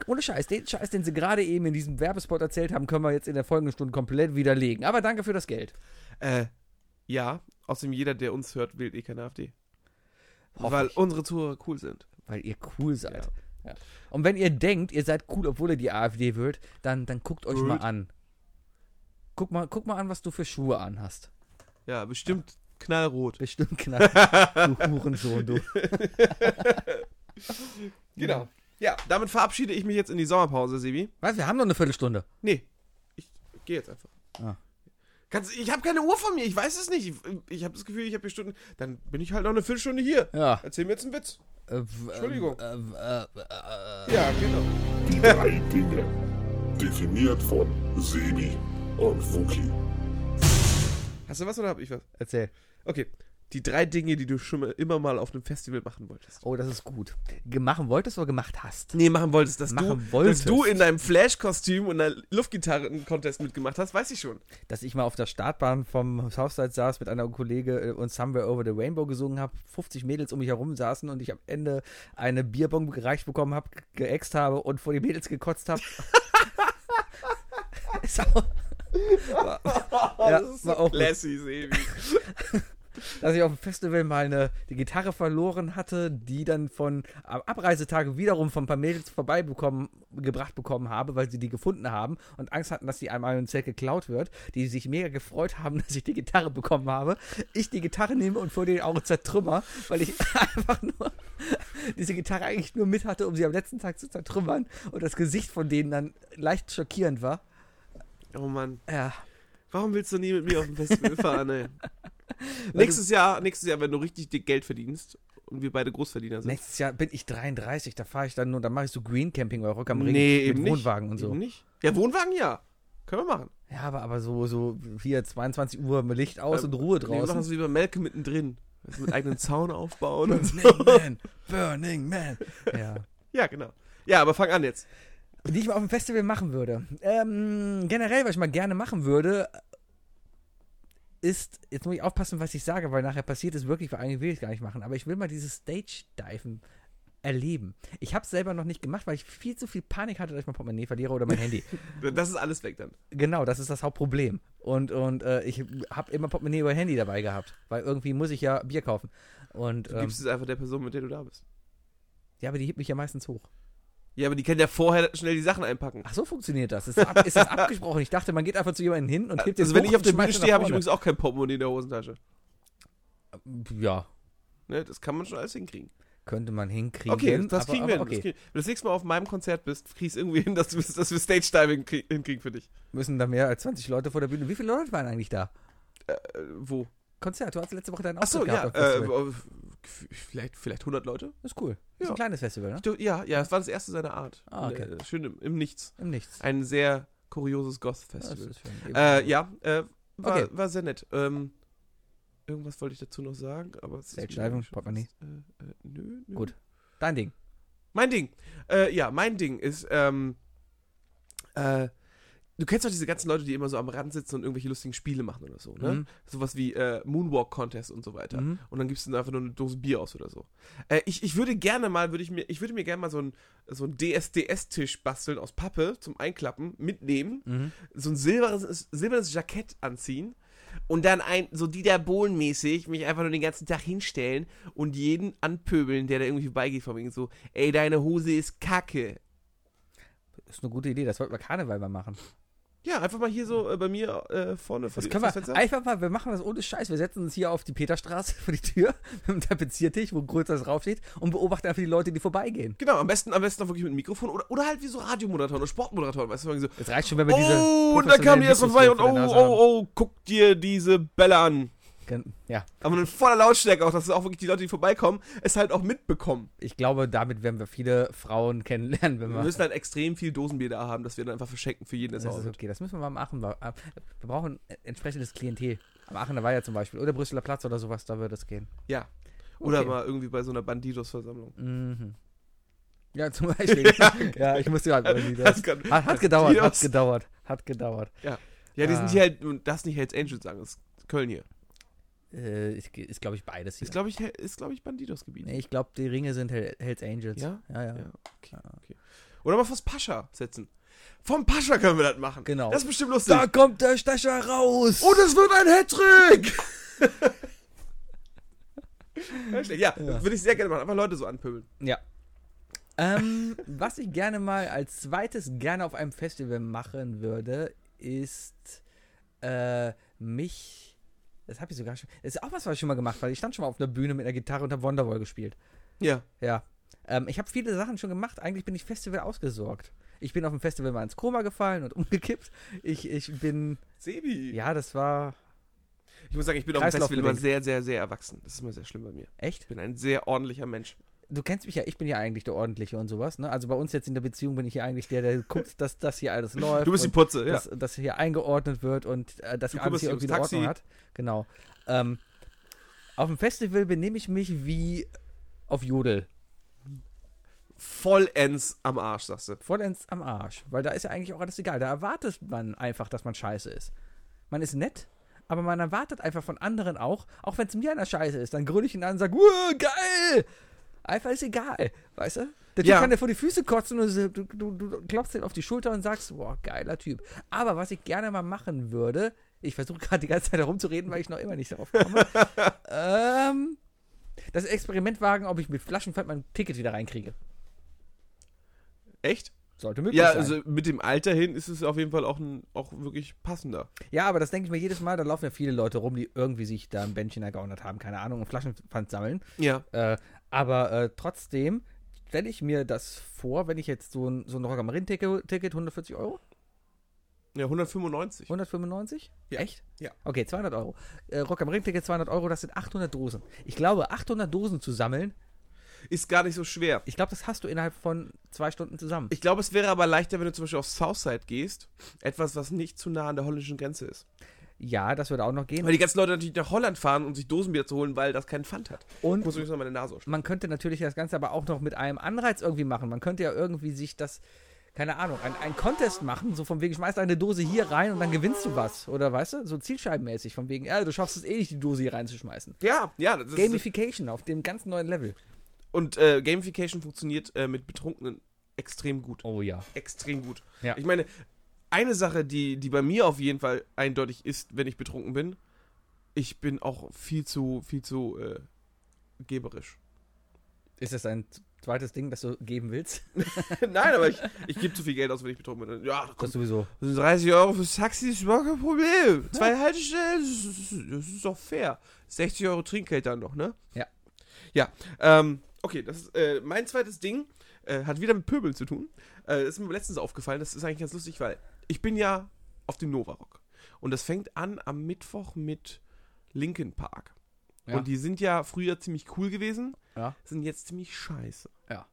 [SPEAKER 1] ohne Scheiß, den Scheiß, den sie gerade eben in diesem Werbespot erzählt haben, können wir jetzt in der folgenden Stunde komplett widerlegen. Aber danke für das Geld.
[SPEAKER 2] Äh, ja, außerdem jeder, der uns hört, wählt eh keine AfD.
[SPEAKER 1] Hoffe
[SPEAKER 2] weil
[SPEAKER 1] ich.
[SPEAKER 2] unsere Zuhörer cool sind.
[SPEAKER 1] weil ihr cool seid. Ja. Und wenn ihr denkt, ihr seid cool, obwohl ihr die AfD wählt, dann, dann guckt euch mal
[SPEAKER 2] Gut.
[SPEAKER 1] an. Guck mal, guck mal an, was du für Schuhe anhast.
[SPEAKER 2] Ja, bestimmt knallrot.
[SPEAKER 1] Bestimmt knapp. [laughs] du Hurensohn, du.
[SPEAKER 2] Genau. Ja, damit verabschiede ich mich jetzt in die Sommerpause, Sebi.
[SPEAKER 1] Was, wir haben noch eine Viertelstunde.
[SPEAKER 2] Nee, ich gehe jetzt einfach.
[SPEAKER 1] Ah.
[SPEAKER 2] Kannst, ich habe keine Uhr von mir, ich weiß es nicht. Ich, ich habe das Gefühl, ich habe hier Stunden. Dann bin ich halt noch eine Viertelstunde hier.
[SPEAKER 1] Ja.
[SPEAKER 2] Erzähl mir jetzt einen Witz.
[SPEAKER 1] Äh, w-
[SPEAKER 2] Entschuldigung.
[SPEAKER 1] Äh, w- äh, äh,
[SPEAKER 2] Ja, genau.
[SPEAKER 4] Die drei Dinge. Definiert von Sebi und Wookie.
[SPEAKER 2] Hast du was oder habe ich was?
[SPEAKER 1] erzähl.
[SPEAKER 2] Okay. Die drei Dinge, die du schon mal- immer mal auf einem Festival machen wolltest.
[SPEAKER 1] Oh, das ist gut. Gemachen wolltest oder gemacht hast?
[SPEAKER 2] Nee, machen wolltest, dass,
[SPEAKER 1] Machen
[SPEAKER 2] du, dass
[SPEAKER 1] wolltest.
[SPEAKER 2] du in deinem Flash-Kostüm und einer Luftgitarren-Contest mitgemacht hast, weiß ich schon.
[SPEAKER 1] Dass ich mal auf der Startbahn vom Southside saß mit einer Kollege äh, und Somewhere Over the Rainbow gesungen habe, 50 Mädels um mich herum saßen und ich am Ende eine Bierbombe gereicht bekommen habe, geäxt habe und vor die Mädels gekotzt habe. [laughs] Ist auch- war, ja,
[SPEAKER 2] das ist so
[SPEAKER 1] war auch gut.
[SPEAKER 2] classy,
[SPEAKER 1] [laughs]
[SPEAKER 2] Sebi.
[SPEAKER 1] dass ich auf dem Festival meine die Gitarre verloren hatte, die dann von am Abreisetag wiederum von ein paar Mädels vorbeibekommen, gebracht bekommen habe, weil sie die gefunden haben und Angst hatten, dass die einmal im Zelt geklaut wird, die sich mega gefreut haben, [laughs] dass ich die Gitarre bekommen habe. Ich die Gitarre nehme und vor denen auch zertrümmer, weil ich [laughs] einfach nur diese Gitarre eigentlich nur mit hatte, um sie am letzten Tag zu zertrümmern und das Gesicht von denen dann leicht schockierend war.
[SPEAKER 2] Oh Mann.
[SPEAKER 1] Ja.
[SPEAKER 2] Warum willst du nie mit mir auf ein Festival fahren,
[SPEAKER 1] [laughs]
[SPEAKER 2] ey? nächstes Jahr, nächstes Jahr, wenn du richtig dick Geld verdienst und wir beide Großverdiener sind.
[SPEAKER 1] Nächstes Jahr bin ich 33, da fahre ich dann nur, da mache ich so Green Camping bei Rock am Ring mit Wohnwagen und so.
[SPEAKER 2] Eben nicht. Ja, Wohnwagen ja. Können wir machen.
[SPEAKER 1] Ja, aber, aber so, so hier 22 Uhr mit Licht aus und Ruhe
[SPEAKER 2] Nee, wir machen
[SPEAKER 1] draußen.
[SPEAKER 2] es wie bei Melke mittendrin. Also mit eigenen Zaun aufbauen und so.
[SPEAKER 1] [laughs] Burning Man, Burning Man. Ja.
[SPEAKER 2] Ja, genau. Ja, aber fang an jetzt.
[SPEAKER 1] Die ich mal auf dem Festival machen würde. Ähm, generell, was ich mal gerne machen würde, ist, jetzt muss ich aufpassen, was ich sage, weil nachher passiert ist wirklich, weil eigentlich will ich es gar nicht machen, aber ich will mal dieses Stage-Diven erleben. Ich habe es selber noch nicht gemacht, weil ich viel zu viel Panik hatte, dass ich mein Portemonnaie verliere oder mein Handy.
[SPEAKER 2] Das ist alles weg dann.
[SPEAKER 1] Genau, das ist das Hauptproblem. Und, und äh, ich habe immer Portemonnaie über Handy dabei gehabt, weil irgendwie muss ich ja Bier kaufen. Und
[SPEAKER 2] Du
[SPEAKER 1] ähm,
[SPEAKER 2] gibst es einfach der Person, mit der du da bist.
[SPEAKER 1] ja, aber die hebt mich ja meistens hoch.
[SPEAKER 2] Ja, aber die kann ja vorher schnell die Sachen einpacken.
[SPEAKER 1] Ach so funktioniert das. [laughs] Ist, das ab, ist das abgesprochen? Ich dachte, man geht einfach zu jemandem hin und hebt den
[SPEAKER 2] Also wenn
[SPEAKER 1] hoch
[SPEAKER 2] ich auf
[SPEAKER 1] und
[SPEAKER 2] der
[SPEAKER 1] schmeißt
[SPEAKER 2] Bühne
[SPEAKER 1] ihn
[SPEAKER 2] stehe,
[SPEAKER 1] nach
[SPEAKER 2] habe
[SPEAKER 1] vorne.
[SPEAKER 2] ich übrigens auch kein Portemonnaie in der Hosentasche.
[SPEAKER 1] Ja,
[SPEAKER 2] Ne, das kann man schon alles hinkriegen.
[SPEAKER 1] könnte man hinkriegen.
[SPEAKER 2] Okay, das
[SPEAKER 1] aber-
[SPEAKER 2] kriegen
[SPEAKER 1] aber
[SPEAKER 2] wir hin.
[SPEAKER 1] Okay.
[SPEAKER 2] Das kriegen- Wenn du das nächste Mal auf meinem Konzert bist, kriegst du irgendwie hin, dass, du, dass wir Stage-Diving krie- hinkriegen für dich.
[SPEAKER 1] Müssen da mehr als 20 Leute vor der Bühne. Wie viele Leute waren eigentlich da?
[SPEAKER 2] Äh, wo?
[SPEAKER 1] Konzert, du hast letzte Woche deinen Auftritt
[SPEAKER 2] Achso, ja.
[SPEAKER 1] gehabt. auf
[SPEAKER 2] Äh,
[SPEAKER 1] Festival.
[SPEAKER 2] f- vielleicht, vielleicht 100 Leute?
[SPEAKER 1] ist cool. Ist
[SPEAKER 2] ja.
[SPEAKER 1] ein kleines Festival, ne?
[SPEAKER 2] Ich glaub, Ja, ja, es war das erste seiner Art.
[SPEAKER 1] Ah, okay.
[SPEAKER 2] Äh, Schön im, im Nichts.
[SPEAKER 1] Im Nichts.
[SPEAKER 2] Ein sehr kurioses
[SPEAKER 1] Das
[SPEAKER 2] Goth-Festival.
[SPEAKER 1] ist schön.
[SPEAKER 2] Äh, ja, äh, war,
[SPEAKER 1] Okay.
[SPEAKER 2] war sehr nett. Ähm, irgendwas wollte ich dazu noch sagen, aber es
[SPEAKER 1] Stage
[SPEAKER 2] mir
[SPEAKER 1] Diving,
[SPEAKER 2] schon
[SPEAKER 1] Portemonnaie.
[SPEAKER 2] fast- Äh, äh, nö, nö.
[SPEAKER 1] Gut. Dein Ding.
[SPEAKER 2] Mein Ding. Äh, ja, mein Ding ist, ähm, äh, du kennst doch diese ganzen Leute, die immer so am Rand sitzen und irgendwelche lustigen Spiele machen oder so, ne?
[SPEAKER 1] Mhm.
[SPEAKER 2] Sowas wie äh, Moonwalk Contest und so weiter.
[SPEAKER 1] Mhm.
[SPEAKER 2] Und dann gibst du ihnen einfach nur eine Dose Bier aus oder so. Äh, ich, ich würde gerne mal, würde ich mir, ich würde mir gerne mal so ein so ein DSDS-Tisch basteln aus Pappe zum Einklappen, mitnehmen,
[SPEAKER 1] Mhm.
[SPEAKER 2] so ein silbernes, silbernes Jackett anziehen und dann ein, so Dieter Bohlen-mäßig mich einfach nur den ganzen Tag hinstellen und jeden anpöbeln, der da irgendwie vorbeigeht, von wegen so, ey, deine Hose ist kacke.
[SPEAKER 1] Ist eine gute Idee. Das wollten wir Karneval mal machen.
[SPEAKER 2] Ja, einfach mal hier so äh, bei mir äh, vorne vor
[SPEAKER 1] Das
[SPEAKER 2] die-
[SPEAKER 1] können
[SPEAKER 2] vor das
[SPEAKER 1] wir einfach mal, wir machen das ohne Scheiß. Wir setzen uns hier auf die Peterstraße [laughs] vor die Tür mit einem Tapeziertisch, wo kurz das draufsteht und beobachten einfach die Leute, die vorbeigehen.
[SPEAKER 2] Genau, am besten, am besten auch wirklich mit einem Mikrofon oder, oder halt wie so Radiomoderatoren oder Sportmoderatoren, weißt du, von wegen so,
[SPEAKER 1] Es reicht schon, wenn wir diese.
[SPEAKER 2] oh, und dann kam die erstmal vorbei und oh, oh, oh, guck dir diese Bälle an.
[SPEAKER 1] oh. Ja,
[SPEAKER 2] Aber in voller Lautstärke auch, dass auch wirklich die Leute, die vorbeikommen, es halt auch mitbekommen.
[SPEAKER 1] ich glaube, damit werden wir viele Frauen kennenlernen, wenn
[SPEAKER 2] Wir
[SPEAKER 1] wir.
[SPEAKER 2] müssen halt extrem viel Dosenbier da haben, dass wir dann einfach verschenken für jeden, der
[SPEAKER 1] [laughs] das
[SPEAKER 2] zu Hause
[SPEAKER 1] ist
[SPEAKER 2] hat.
[SPEAKER 1] okay, das müssen wir mal machen. Wir wir brauchen entsprechendes Klientel. Am Aachener Weiher zum Beispiel oder Brüsseler Platz oder sowas, da würde es gehen.
[SPEAKER 2] Ja. Oder
[SPEAKER 1] Okay.
[SPEAKER 2] mal irgendwie bei so einer Bandidos-Versammlung.
[SPEAKER 1] Mhm. Ja, zum
[SPEAKER 2] [laughs]
[SPEAKER 1] Beispiel. ja, ich musste gerade.
[SPEAKER 2] Das kann-
[SPEAKER 1] Hat, hat gedauert, hat
[SPEAKER 2] Bandidos.
[SPEAKER 1] gedauert, hat gedauert.
[SPEAKER 2] Ja, die
[SPEAKER 1] Ah.
[SPEAKER 2] sind hier halt, und das nicht Hells Angels sagen, das ist Köln hier.
[SPEAKER 1] Äh, ist, ist glaube ich, beides hier.
[SPEAKER 2] Ist, glaube ich, Hell- ist, glaub ich Bandidos-Gebiet.
[SPEAKER 1] Nee, ich glaube, die Ringe sind Hell Hells Angels.
[SPEAKER 2] Ja?
[SPEAKER 1] Ja, ja.
[SPEAKER 2] Ja, okay, okay. Oder mal vors Pascha setzen. Vom Pascha können wir das machen.
[SPEAKER 1] Genau.
[SPEAKER 2] Das ist bestimmt lustig.
[SPEAKER 1] Da kommt der Oh, Stecher raus!
[SPEAKER 2] [laughs] Und es wird ein Hattrick! Schlecht. Ja, würde ich sehr gerne machen. Einfach Leute so anpöbeln.
[SPEAKER 1] Ja. Ähm, was ich gerne mal als zweites gerne auf einem Festival machen würde, ist äh, mich. Das habe ich sogar schon. Das ist auch was, was ich schon mal gemacht habe. Ich stand schon mal auf einer Bühne mit einer Gitarre und habe Wonderwall gespielt.
[SPEAKER 2] Ja.
[SPEAKER 1] Ja. Ähm, ich habe viele Sachen schon gemacht. Eigentlich bin ich Festival ausgesorgt. Ich bin auf dem Festival mal ins Koma gefallen und [laughs] umgekippt. Ich, ich bin.
[SPEAKER 2] Sebi.
[SPEAKER 1] Ja, das war.
[SPEAKER 2] Ich muss sagen, ich bin auf dem
[SPEAKER 1] Kreislauf
[SPEAKER 2] Festival immer
[SPEAKER 1] gelenkt.
[SPEAKER 2] sehr, sehr, sehr erwachsen. Das ist immer sehr schlimm bei mir.
[SPEAKER 1] Echt?
[SPEAKER 2] Ich bin ein sehr ordentlicher Mensch.
[SPEAKER 1] Du kennst mich ja, ich bin ja eigentlich der Ordentliche und sowas, ne? Also bei uns jetzt in der Beziehung bin ich ja eigentlich der, der guckt, dass das hier alles läuft.
[SPEAKER 2] Du bist die
[SPEAKER 1] und
[SPEAKER 2] Putze, ja.
[SPEAKER 1] dass, dass hier eingeordnet wird und äh, dass
[SPEAKER 2] Du
[SPEAKER 1] alles
[SPEAKER 2] kümmerst
[SPEAKER 1] hier
[SPEAKER 2] dich
[SPEAKER 1] irgendwie
[SPEAKER 2] ums
[SPEAKER 1] eine Ordnung
[SPEAKER 2] Taxi.
[SPEAKER 1] hat. Genau. Ähm, auf dem Festival benehme ich mich wie auf Jodel.
[SPEAKER 2] Vollends am Arsch, sagst du.
[SPEAKER 1] Vollends am Arsch. Weil da ist ja eigentlich auch alles egal. Da erwartet man einfach, dass man scheiße ist. Man ist nett, aber man erwartet einfach von anderen auch, auch wenn es mir einer scheiße ist, dann grüll ich ihn an und sage, "Uah, geil! Einfach ist egal, weißt du? Der Typ
[SPEAKER 2] Ja.
[SPEAKER 1] kann dir vor die Füße kotzen und so- du, du, du klopfst ihn auf die Schulter und sagst, boah, geiler Typ. Aber was ich gerne mal machen würde, ich versuche [laughs] gerade die ganze Zeit herumzureden, weil ich noch immer nicht darauf
[SPEAKER 2] [laughs]
[SPEAKER 1] komme, ähm, das Experiment wagen, ob ich mit Flaschenpfand mein Ticket wieder reinkriege.
[SPEAKER 2] Echt?
[SPEAKER 1] Sollte möglich
[SPEAKER 2] Ja,
[SPEAKER 1] sein.
[SPEAKER 2] also mit dem Alter hin ist es auf jeden Fall auch, ein, auch wirklich passender.
[SPEAKER 1] Ja, aber das denke ich mir jedes Mal, da laufen ja viele Leute rum, die irgendwie sich da ein Bändchen ergaunert haben, keine Ahnung, und Flaschenpfand sammeln.
[SPEAKER 2] Ja.
[SPEAKER 1] Äh, aber äh, trotzdem stelle ich mir das vor, wenn ich jetzt so ein, so ein Rock am Ring-Ticket, Ticket, 140 Euro?
[SPEAKER 2] Ja, 195.
[SPEAKER 1] 195?
[SPEAKER 2] Ja.
[SPEAKER 1] Echt?
[SPEAKER 2] Ja.
[SPEAKER 1] Okay, 200 Euro. Äh, Rock am Ring-Ticket 200 Euro, das sind 800 Dosen. Ich glaube, 800 Dosen zu sammeln,
[SPEAKER 2] Ist gar nicht so schwer.
[SPEAKER 1] ich glaube, das hast du innerhalb von zwei Stunden zusammen.
[SPEAKER 2] Ich glaube, es wäre aber leichter, wenn du zum Beispiel auf Southside gehst. Etwas, was nicht zu nah an der holländischen Grenze ist.
[SPEAKER 1] ja, das würde auch noch gehen.
[SPEAKER 2] Weil die ganzen Leute natürlich nach Holland fahren, um sich Dosenbier zu holen, weil das keinen Pfand hat. Ich
[SPEAKER 1] Und
[SPEAKER 2] muss übrigens mal meine Nase ausschneiden.
[SPEAKER 1] man könnte natürlich das Ganze aber auch noch mit einem Anreiz irgendwie machen. Man könnte ja irgendwie sich das, keine Ahnung, ein, ein Contest machen, so von wegen, schmeißt eine Dose hier rein und dann gewinnst du was. Oder weißt du, so zielscheibenmäßig, von wegen, ja, du schaffst es eh nicht, die Dose hier reinzuschmeißen.
[SPEAKER 2] Ja, ja. Das ist,
[SPEAKER 1] Gamification auf dem ganz neuen Level.
[SPEAKER 2] und äh, Gamification funktioniert äh, mit Betrunkenen extrem gut.
[SPEAKER 1] Oh ja.
[SPEAKER 2] extrem gut.
[SPEAKER 1] Ja.
[SPEAKER 2] Ich meine, eine Sache, die, die bei mir auf jeden Fall eindeutig ist, wenn ich betrunken bin, ich bin auch viel zu, viel zu äh, geberisch. [laughs]
[SPEAKER 1] Ist das ein zweites Ding, das du geben willst?
[SPEAKER 2] Nein, aber ich, ich gebe zu viel Geld aus, wenn ich betrunken bin. Ja, komm,
[SPEAKER 1] Das sowieso.
[SPEAKER 2] das sind 30 Euro fürs Taxi ist überhaupt kein Problem. Zwei Haltestellen, das ist- das ist doch fair. 60 Euro Trinkgeld dann noch, ne?
[SPEAKER 1] Ja.
[SPEAKER 2] Ja, ähm, okay, das ist, äh, mein zweites Ding äh, hat wieder mit Pöbel zu tun. Äh, ist mir letztens aufgefallen, das ist eigentlich ganz lustig, weil ich bin ja auf dem Nova Rock. Und das fängt an am Mittwoch mit Linkin Park.
[SPEAKER 1] Ja.
[SPEAKER 2] Und die sind ja früher ziemlich cool gewesen,
[SPEAKER 1] Ja.
[SPEAKER 2] sind jetzt ziemlich scheiße.
[SPEAKER 1] Ja.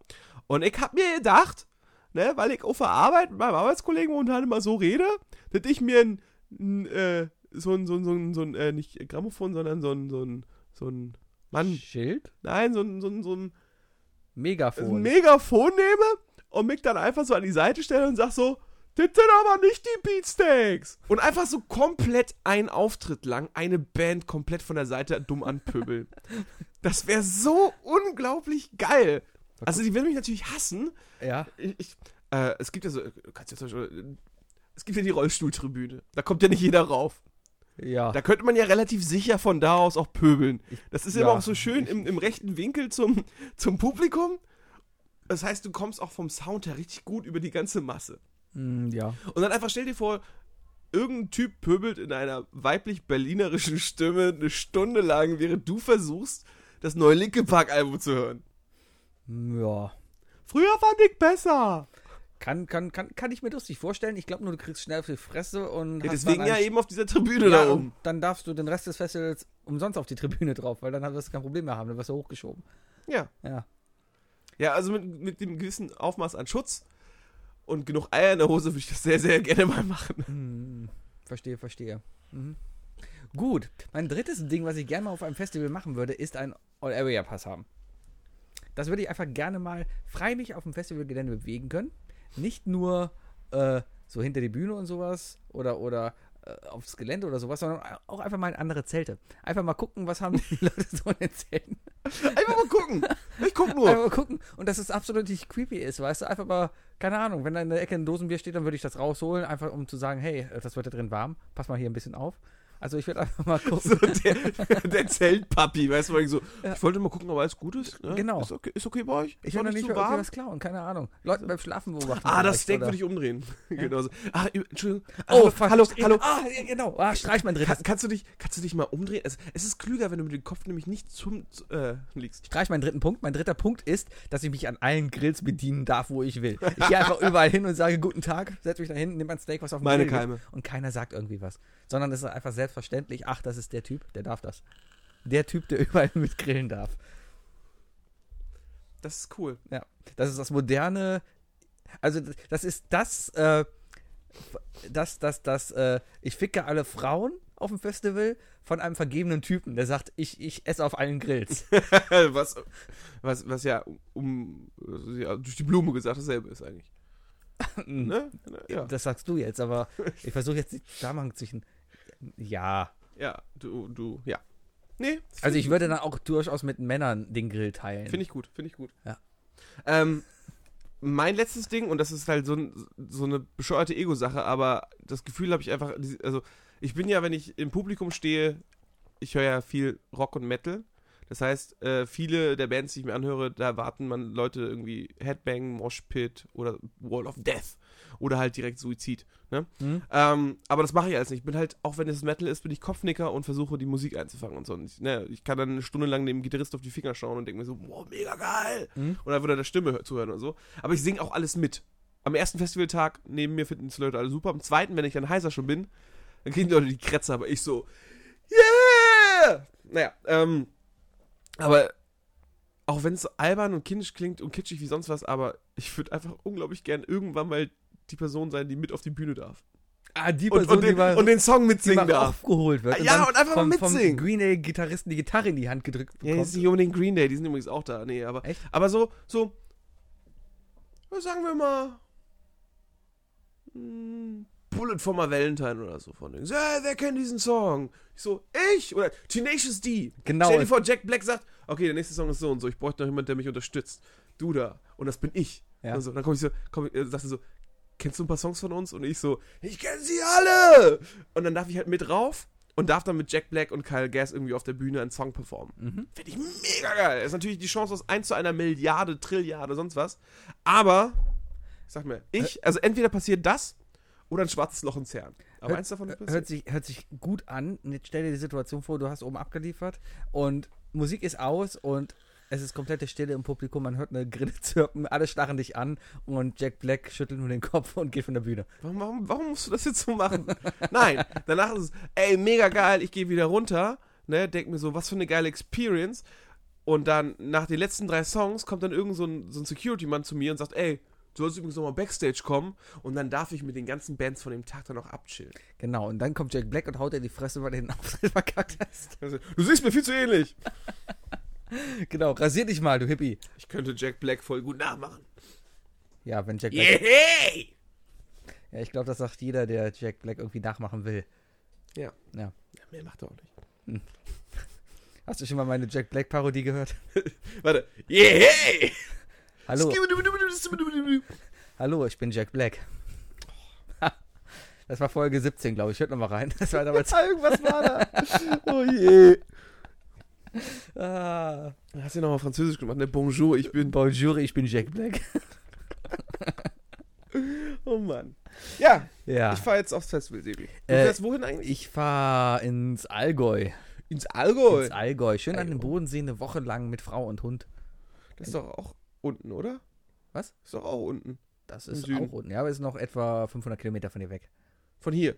[SPEAKER 2] Und ich hab mir gedacht, ne, weil ich auf der Arbeit mit meinem Arbeitskollegen momentan immer so rede, dass ich mir ein, ein äh, so ein, so ein, so ein, so ein äh, nicht Grammophon, sondern so ein, so ein, so ein, Mann,
[SPEAKER 1] Schild?
[SPEAKER 2] nein, so ein, so ein, so ein, ein
[SPEAKER 1] Megafon.
[SPEAKER 2] Megafon nehme und mich dann einfach so an die Seite stelle und sag so, das sind aber nicht die Beatsteaks. Und einfach so komplett ein Auftritt lang eine Band komplett von der Seite dumm [laughs] anpöbeln. Das wäre so unglaublich geil. Also die werden mich natürlich hassen.
[SPEAKER 1] ja.
[SPEAKER 2] Ich, ich, äh, es gibt ja so, du kannst ja zum Beispiel, äh, es gibt ja die Rollstuhltribüne. Da kommt ja nicht jeder rauf.
[SPEAKER 1] Ja.
[SPEAKER 2] Da könnte man ja relativ sicher von da aus auch pöbeln. Das ist ja. immer
[SPEAKER 1] ja.
[SPEAKER 2] auch so schön im, im rechten Winkel zum, zum Publikum. Das heißt, du kommst auch vom Sound her richtig gut über die ganze Masse.
[SPEAKER 1] Mm, ja.
[SPEAKER 2] Und dann einfach stell dir vor, irgendein Typ pöbelt in einer weiblich-berlinerischen Stimme eine Stunde lang, während du versuchst, das neue Linke Park-Album zu hören.
[SPEAKER 1] Ja.
[SPEAKER 2] Früher fand ich besser.
[SPEAKER 1] Kann, kann, kann, kann ich mir lustig vorstellen. Ich glaube nur, du kriegst schnell auf die Fresse und.
[SPEAKER 2] Ja,
[SPEAKER 1] hast
[SPEAKER 2] deswegen
[SPEAKER 1] dann
[SPEAKER 2] ja
[SPEAKER 1] einen
[SPEAKER 2] eben auf dieser Tribüne
[SPEAKER 1] Ja, und
[SPEAKER 2] da oben.
[SPEAKER 1] dann darfst du den Rest des Festivals umsonst auf die Tribüne drauf, weil dann wirst du kein Problem mehr haben, dann wirst du hochgeschoben.
[SPEAKER 2] Ja.
[SPEAKER 1] Ja.
[SPEAKER 2] Ja, also mit, mit dem gewissen Aufmaß an Schutz und genug Eier in der Hose würde ich das sehr, sehr gerne mal machen.
[SPEAKER 1] Hm, verstehe, verstehe. Mhm. Gut, mein drittes Ding, was ich gerne mal auf einem Festival machen würde, ist ein All-Area-Pass haben. Das würde ich einfach gerne mal freiwillig auf dem Festivalgelände bewegen können. Nicht nur äh, so hinter die Bühne und sowas oder, oder äh, aufs Gelände oder sowas, sondern auch einfach mal in andere Zelte. Einfach mal gucken, was haben die [laughs] Leute so in den Zelten.
[SPEAKER 2] Einfach mal gucken. Ich guck nur.
[SPEAKER 1] Einfach mal gucken. Und dass es absolut nicht creepy ist, weißt du? Einfach mal, keine Ahnung, wenn da in äh, der Ecke ein Dosenbier steht, dann würde ich das rausholen, einfach um zu sagen, hey, das wird da drin warm, pass mal hier ein bisschen auf. Also ich werde einfach mal gucken.
[SPEAKER 2] [laughs] So der, der Zeltpapi, weißt du, weil ich so, ich wollte mal gucken, ob alles gut ist. Ne?
[SPEAKER 1] Genau.
[SPEAKER 2] Ist okay, ist okay bei euch?
[SPEAKER 1] ich
[SPEAKER 2] War
[SPEAKER 1] werde nicht
[SPEAKER 2] zu
[SPEAKER 1] mehr
[SPEAKER 2] warm?
[SPEAKER 1] irgendwas klauen, keine Ahnung. Leuten beim Schlafen beobachten.
[SPEAKER 2] Ah, das Steak
[SPEAKER 1] vielleicht, oder-
[SPEAKER 2] würde ich
[SPEAKER 1] [laughs]
[SPEAKER 2] umdrehen. [laughs] genau so. Ah, ü- Entschuldigung. Ah,
[SPEAKER 1] Oh, fuck,
[SPEAKER 2] hallo, hallo,
[SPEAKER 1] steht-
[SPEAKER 2] hallo.
[SPEAKER 1] Ah, ja, genau. Ah, streich mein drittes.
[SPEAKER 2] Kann, kannst, du dich, kannst du dich mal umdrehen? Es, es ist klüger, wenn du mit dem Kopf nämlich nicht zum zu- äh, liegst.
[SPEAKER 1] Streich meinen dritten Punkt. Mein dritter Punkt ist, dass ich mich an allen Grills bedienen darf, wo ich will. Ich gehe
[SPEAKER 2] [laughs]
[SPEAKER 1] einfach überall hin und sage Guten Tag, setz mich da hin, nimm ein Steak, was auf dem
[SPEAKER 2] Meine
[SPEAKER 1] Grill
[SPEAKER 2] Keime.
[SPEAKER 1] Gibt. Und keiner sagt irgendwie was. Sondern es ist einfach selbstverständlich, ach, das ist der Typ, der darf das. Der Typ, der [laughs] überall mit grillen darf.
[SPEAKER 2] Das ist cool. [laughs]
[SPEAKER 1] Ja, das ist das moderne. Also d- das ist das, äh, das, das, das. Äh, ich ficke alle Frauen auf dem Festival von einem vergebenen Typen, der sagt, ich, ich esse auf allen
[SPEAKER 2] [laughs]
[SPEAKER 1] Grills.
[SPEAKER 2] was, was, was ja um also ja, durch die Blume gesagt dasselbe ist eigentlich. Ne? Ne? Ja.
[SPEAKER 1] Das sagst du jetzt,
[SPEAKER 2] [laughs]
[SPEAKER 1] aber ich versuche jetzt den Zusammenhang zwischen. Ja.
[SPEAKER 2] ja, du, du, ja. Nee,
[SPEAKER 1] Also ich würde dann auch durchaus mit Männern den Grill teilen.
[SPEAKER 2] Finde ich gut, finde ich gut.
[SPEAKER 1] Ja.
[SPEAKER 2] Ähm, mein letztes Ding, und das ist halt so, ein, so eine bescheuerte Ego-Sache, aber das Gefühl habe ich einfach, also ich bin ja, wenn ich im Publikum stehe, ich höre ja viel Rock und Metal. Das heißt, äh, viele der Bands, die ich mir anhöre, da erwarten man Leute irgendwie Headbang, Moshpit oder Wall of Death oder halt direkt Suizid. Ne?
[SPEAKER 1] Mhm.
[SPEAKER 2] Ähm, aber das mache ich alles nicht. Ich bin halt, auch wenn es Metal ist, bin ich Kopfnicker und versuche die Musik einzufangen und so. Und ich, ne, ich kann dann eine Stunde lang dem Gitarrist auf die Finger schauen und denke mir so, boah, mega geil.
[SPEAKER 1] Mhm.
[SPEAKER 2] Oder würde der Stimme hö- zuhören oder so. Aber ich singe auch alles mit. Am ersten Festivaltag neben mir finden es Leute alle super. Am zweiten, wenn ich dann heiser schon bin, dann kriegen die Leute die Kretze, aber ich so, yeah! Naja, ähm, aber auch wenn es albern und kindisch klingt und kitschig wie sonst was, aber ich würde einfach unglaublich gern irgendwann mal die Person sein, die mit auf die Bühne darf.
[SPEAKER 1] ah, die
[SPEAKER 2] Und, und, den, und den Song
[SPEAKER 1] die
[SPEAKER 2] mitsingen
[SPEAKER 1] mal
[SPEAKER 2] darf. Ah,
[SPEAKER 1] aufgeholt wird.
[SPEAKER 2] Ja,
[SPEAKER 1] dann
[SPEAKER 2] und einfach mal
[SPEAKER 1] vom,
[SPEAKER 2] mitsingen.
[SPEAKER 1] Vom Green Day Gitarristen die Gitarre in die Hand gedrückt
[SPEAKER 2] Ja,
[SPEAKER 1] bekommt.
[SPEAKER 2] jetzt nicht unbedingt Green Day, die sind übrigens auch da. Nee, aber,
[SPEAKER 1] Echt?
[SPEAKER 2] aber so, so, was sagen wir mal, mm, Bullet for my Valentine oder so von denen. So, hey, wer kennt diesen Song? Ich so, ich? Oder Tenacious D.
[SPEAKER 1] Genau.
[SPEAKER 2] Stell dir vor, Jack Black sagt, okay, der nächste Song ist so und so, ich bräuchte noch jemanden, der mich unterstützt. Du da. Und das bin ich.
[SPEAKER 1] Ja.
[SPEAKER 2] Und so, dann komme ich so, komm, ich- äh, sagst du so, kennst du ein paar Songs von uns? Und ich so, ich kenne sie alle! Und dann darf ich halt mit rauf und darf dann mit Jack Black und Kyle Gass irgendwie auf der Bühne einen Song performen.
[SPEAKER 1] Mhm.
[SPEAKER 2] Finde ich mega geil. Das ist natürlich die Chance aus 1 zu einer Milliarde, Trilliarde, sonst was. Aber, sag mir, ich, also entweder passiert das oder ein schwarzes Loch im Zern. Aber
[SPEAKER 1] Hört-
[SPEAKER 2] eins davon ist
[SPEAKER 1] Hört sich, hört sich gut an. Und Jetzt stell dir die Situation vor, du hast oben abgeliefert und Musik ist aus und es ist komplette Stille im Publikum. Man hört eine Grille [laughs] zirpen, alle starren dich an und Jack Black schüttelt nur den Kopf und geht von der Bühne.
[SPEAKER 2] Warum, warum, warum musst du das jetzt so machen? [laughs] Nein, danach ist es, ey, mega geil, ich gehe wieder runter, ne, denk mir so, was für eine geile Experience. Und dann, nach den letzten drei Songs, kommt dann irgend so ein, so ein Security-Mann zu mir und sagt, ey, du sollst übrigens nochmal Backstage kommen und dann darf ich mit den ganzen Bands von dem Tag dann auch abchillen.
[SPEAKER 1] Genau, und dann kommt Jack Black und haut dir die Fresse, weil du den [laughs] Auftritt verkackt hast.
[SPEAKER 2] Also, Du siehst mir viel zu ähnlich.
[SPEAKER 1] Genau, rasier dich mal, du Hippie.
[SPEAKER 2] Ich könnte Jack Black voll gut nachmachen.
[SPEAKER 1] Ja, wenn Jack Black.
[SPEAKER 2] Yeah!
[SPEAKER 1] Ja, ich glaube, das sagt jeder, der Jack Black irgendwie nachmachen will.
[SPEAKER 2] Ja.
[SPEAKER 1] Ja.
[SPEAKER 2] ja. Mehr macht er auch nicht.
[SPEAKER 1] Hast du schon mal meine Jack Black Parodie gehört?
[SPEAKER 2] Warte. Yeah!
[SPEAKER 1] Hallo, hallo, ich bin Jack Black. Das war Folge 17, glaube ich. Hört nochmal rein. Das war
[SPEAKER 2] [laughs]
[SPEAKER 1] damals.
[SPEAKER 2] Irgendwas war da. Oh je.
[SPEAKER 1] ah.
[SPEAKER 2] Hast du nochmal Französisch gemacht, ne? Bonjour, ich bin.
[SPEAKER 1] Bonjour, ich bin Jack Black.
[SPEAKER 2] Oh Mann. Ja,
[SPEAKER 1] Ja.
[SPEAKER 2] ich fahre jetzt aufs Festival, Sebi. Du
[SPEAKER 1] Äh,
[SPEAKER 2] fährst wohin eigentlich?
[SPEAKER 1] Ich fahre ins Allgäu.
[SPEAKER 2] Ins Allgäu.
[SPEAKER 1] Ins Allgäu. Schön an den
[SPEAKER 2] Allgäu.
[SPEAKER 1] Bodensee eine Woche lang mit Frau und Hund.
[SPEAKER 2] Das ist doch auch unten, oder?
[SPEAKER 1] Was?
[SPEAKER 2] Ist doch auch unten.
[SPEAKER 1] Das
[SPEAKER 2] Im
[SPEAKER 1] ist
[SPEAKER 2] Süden.
[SPEAKER 1] auch unten. Ja, aber ist noch etwa 500 Kilometer von dir weg.
[SPEAKER 2] Von hier.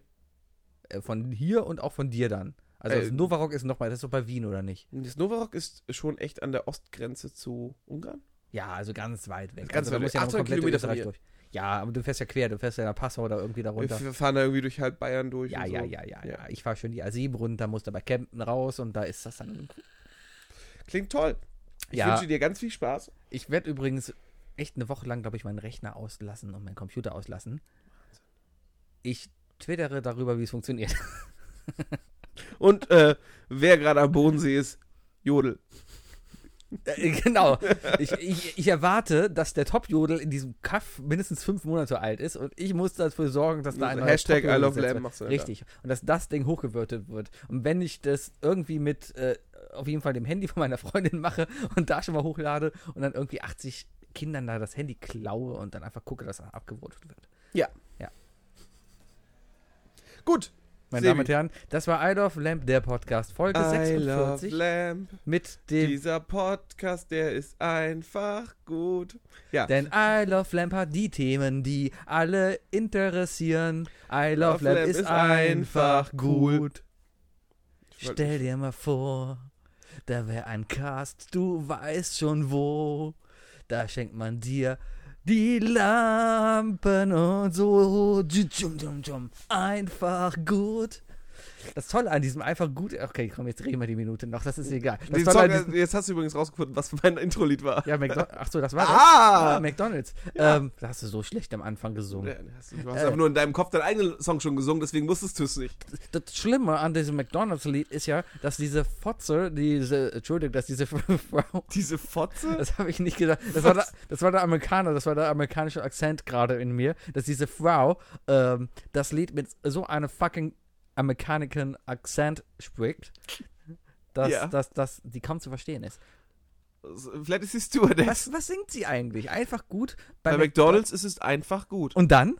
[SPEAKER 1] Äh, Von hier und auch von dir dann. Also
[SPEAKER 2] Äh,
[SPEAKER 1] das Novarock ist noch mal, das ist doch bei Wien, oder nicht?
[SPEAKER 2] Das Novarock ist schon echt an der Ostgrenze zu Ungarn.
[SPEAKER 1] Ja, also ganz weit weg.
[SPEAKER 2] Ganz
[SPEAKER 1] also, da
[SPEAKER 2] weit
[SPEAKER 1] musst
[SPEAKER 2] weg.
[SPEAKER 1] du ja noch
[SPEAKER 2] 800
[SPEAKER 1] komplett
[SPEAKER 2] Kilometer
[SPEAKER 1] Österreich
[SPEAKER 2] von
[SPEAKER 1] durch. Ja, aber du fährst ja quer, du fährst ja nach Passau oder irgendwie da runter.
[SPEAKER 2] Wir fahren da irgendwie durch halb Bayern durch.
[SPEAKER 1] Ja,
[SPEAKER 2] und
[SPEAKER 1] ja,
[SPEAKER 2] so.
[SPEAKER 1] ja, ja,
[SPEAKER 2] Ja.
[SPEAKER 1] ja. Ich fahre schön die A7 runter, muss dabei campen raus und da ist das
[SPEAKER 2] Mhm.
[SPEAKER 1] dann
[SPEAKER 2] Klingt toll. Ich
[SPEAKER 1] Ja.
[SPEAKER 2] wünsche dir ganz viel Spaß.
[SPEAKER 1] Ich werde übrigens echt eine Woche lang, glaube ich, meinen Rechner auslassen und meinen Computer auslassen. Ich twittere darüber, wie es funktioniert.
[SPEAKER 2] Und äh, wer gerade am Bodensee ist, jodel.
[SPEAKER 1] Äh, [laughs] genau. Ich, ich, ich erwarte, dass der Top-Jodel in diesem Kaff mindestens fünf Monate alt ist und ich muss dafür sorgen, dass da ein neuer
[SPEAKER 2] Hashtag
[SPEAKER 1] Top-Jodel
[SPEAKER 2] I love
[SPEAKER 1] gesetzt
[SPEAKER 2] Lamb
[SPEAKER 1] wird.
[SPEAKER 2] machst du dann da.
[SPEAKER 1] Richtig. Und dass das Ding hochgewürtet wird. Und wenn ich das irgendwie mit äh, auf jeden Fall dem Handy von meiner Freundin mache und da schon mal hochlade und dann irgendwie 80 Kindern da das Handy klaue und dann einfach gucke, dass er abgewortet wird.
[SPEAKER 2] Gut.
[SPEAKER 1] Meine
[SPEAKER 2] Sebi.
[SPEAKER 1] Damen und Herren, das war I Love Lamp, der Podcast, Folge
[SPEAKER 2] I love
[SPEAKER 1] 46
[SPEAKER 2] Lamp.
[SPEAKER 1] mit dem
[SPEAKER 2] Dieser Podcast, der ist einfach gut. Ja.
[SPEAKER 1] Denn I Love Lamp hat die Themen, die alle interessieren. I Love, Lamp, ist, einfach gut.
[SPEAKER 2] Ich wollt-
[SPEAKER 1] Stell dir mal vor, da wäre ein Cast, du weißt schon wo. Da schenkt man dir die Lampen und so. Jum, jum, jum. Einfach gut. Das Tolle an diesem einfach gut. Okay, komm, jetzt reden wir die Minute noch, das ist egal. Das
[SPEAKER 2] Den
[SPEAKER 1] Tolle an
[SPEAKER 2] Song,
[SPEAKER 1] diesem,
[SPEAKER 2] jetzt hast du übrigens rausgefunden, was mein Intro-Lied war.
[SPEAKER 1] ja, McDonalds. Ach so, das war das. Ah,
[SPEAKER 2] Ah!
[SPEAKER 1] McDonalds. Ähm, da hast du so schlecht am Anfang gesungen.
[SPEAKER 2] Ja, hast Du du
[SPEAKER 1] Äh.
[SPEAKER 2] hast einfach nur in deinem Kopf deinen eigenen Song schon gesungen, deswegen musstest du es nicht.
[SPEAKER 1] das Schlimme an diesem McDonalds-Lied ist ja, dass diese Fotze, diese, Entschuldigung, dass diese [laughs] Frau,
[SPEAKER 2] Diese Fotze?
[SPEAKER 1] das habe ich nicht gesagt, das war, der, das war der Amerikaner, das war der amerikanische Akzent gerade in mir, dass diese Frau ähm, das Lied mit so einem fucking amerikanischen Akzent spricht, dass,
[SPEAKER 2] Ja.
[SPEAKER 1] dass, dass die kaum zu verstehen ist.
[SPEAKER 2] Also, Vielleicht ist sie Stewardess.
[SPEAKER 1] Was, was singt sie eigentlich? Einfach gut
[SPEAKER 2] Bei, McDonalds ist es einfach gut.
[SPEAKER 1] Und dann,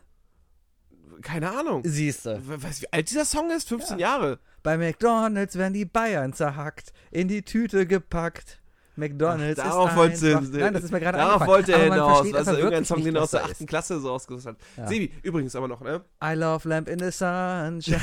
[SPEAKER 2] Keine Ahnung.
[SPEAKER 1] siehst du,
[SPEAKER 2] We- Weißt du, wie alt dieser Song ist? 15 Jahre.
[SPEAKER 1] Bei McDonalds werden die Bayern zerhackt, in die Tüte gepackt. McDonalds
[SPEAKER 2] Ach,
[SPEAKER 1] ist
[SPEAKER 2] darauf wolltest du-
[SPEAKER 1] einfach... Nein, das ist mir gerade
[SPEAKER 2] Darauf
[SPEAKER 1] eingefallen.
[SPEAKER 2] wollte er
[SPEAKER 1] Aber man
[SPEAKER 2] hinaus.
[SPEAKER 1] versteht
[SPEAKER 2] Das ist
[SPEAKER 1] einfach
[SPEAKER 2] irgendein
[SPEAKER 1] wirklich
[SPEAKER 2] Song,
[SPEAKER 1] nicht,
[SPEAKER 2] den er aus
[SPEAKER 1] was
[SPEAKER 2] der
[SPEAKER 1] da
[SPEAKER 2] 8. Klasse so ausgesucht hat.
[SPEAKER 1] Ja.
[SPEAKER 2] Sebi, übrigens aber noch, ne?
[SPEAKER 1] ist. I love lamp in the
[SPEAKER 2] [laughs]
[SPEAKER 1] sunshine.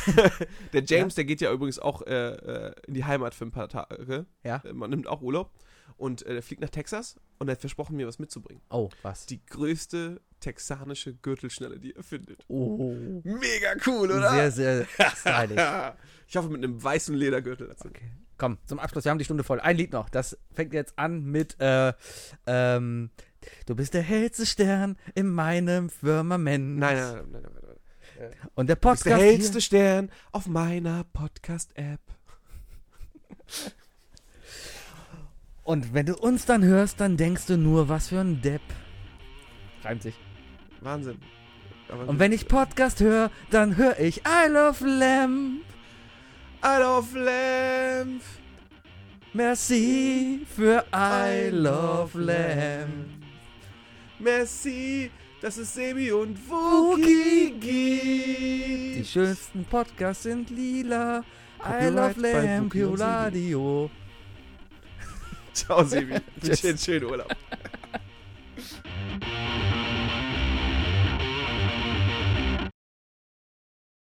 [SPEAKER 2] Der James, der geht ja übrigens auch äh, äh, in die Heimat für ein paar Tage.
[SPEAKER 1] Ja.
[SPEAKER 2] Äh, Man nimmt auch Urlaub. Und äh, der fliegt nach Texas und er hat versprochen, mir was mitzubringen.
[SPEAKER 1] Oh, was?
[SPEAKER 2] Die größte texanische Gürtelschnalle, die er findet.
[SPEAKER 1] Oh,
[SPEAKER 2] Mega cool,
[SPEAKER 1] sehr,
[SPEAKER 2] oder?
[SPEAKER 1] sehr stylisch.
[SPEAKER 2] ja. Ich hoffe, mit einem weißen Ledergürtel dazu.
[SPEAKER 1] Okay. Komm, zum Abschluss, wir haben die Stunde voll. Ein Lied noch. Das fängt jetzt an mit äh, ähm, Du bist der hellste Stern in meinem Firmament.
[SPEAKER 2] Nein, nein, nein, nein, nein, nein.
[SPEAKER 1] Und der
[SPEAKER 2] Du bist der
[SPEAKER 1] Podcast
[SPEAKER 2] hellste Stern auf meiner Podcast-App.
[SPEAKER 1] hier. Und wenn du uns dann hörst, dann denkst du nur, was für ein Depp. Reimt sich.
[SPEAKER 2] Wahnsinn. Aber
[SPEAKER 1] Und wenn ich Podcast höre, dann höre ich I Love Lamb.
[SPEAKER 2] Out of Lamp.
[SPEAKER 1] Merci für I Love Lamb.
[SPEAKER 2] Merci, dass es Sebi und
[SPEAKER 1] Wookie
[SPEAKER 2] Wookie gibt.
[SPEAKER 1] Die schönsten Podcasts sind lila. I
[SPEAKER 2] Copyright
[SPEAKER 1] Love
[SPEAKER 2] bei
[SPEAKER 1] Lamb,
[SPEAKER 2] Wookie und
[SPEAKER 1] Pure
[SPEAKER 2] Sebi.
[SPEAKER 1] Radio.
[SPEAKER 2] Ciao, Sebi.
[SPEAKER 1] Tschüss. [laughs]
[SPEAKER 2] Tschüss. Schönen Urlaub.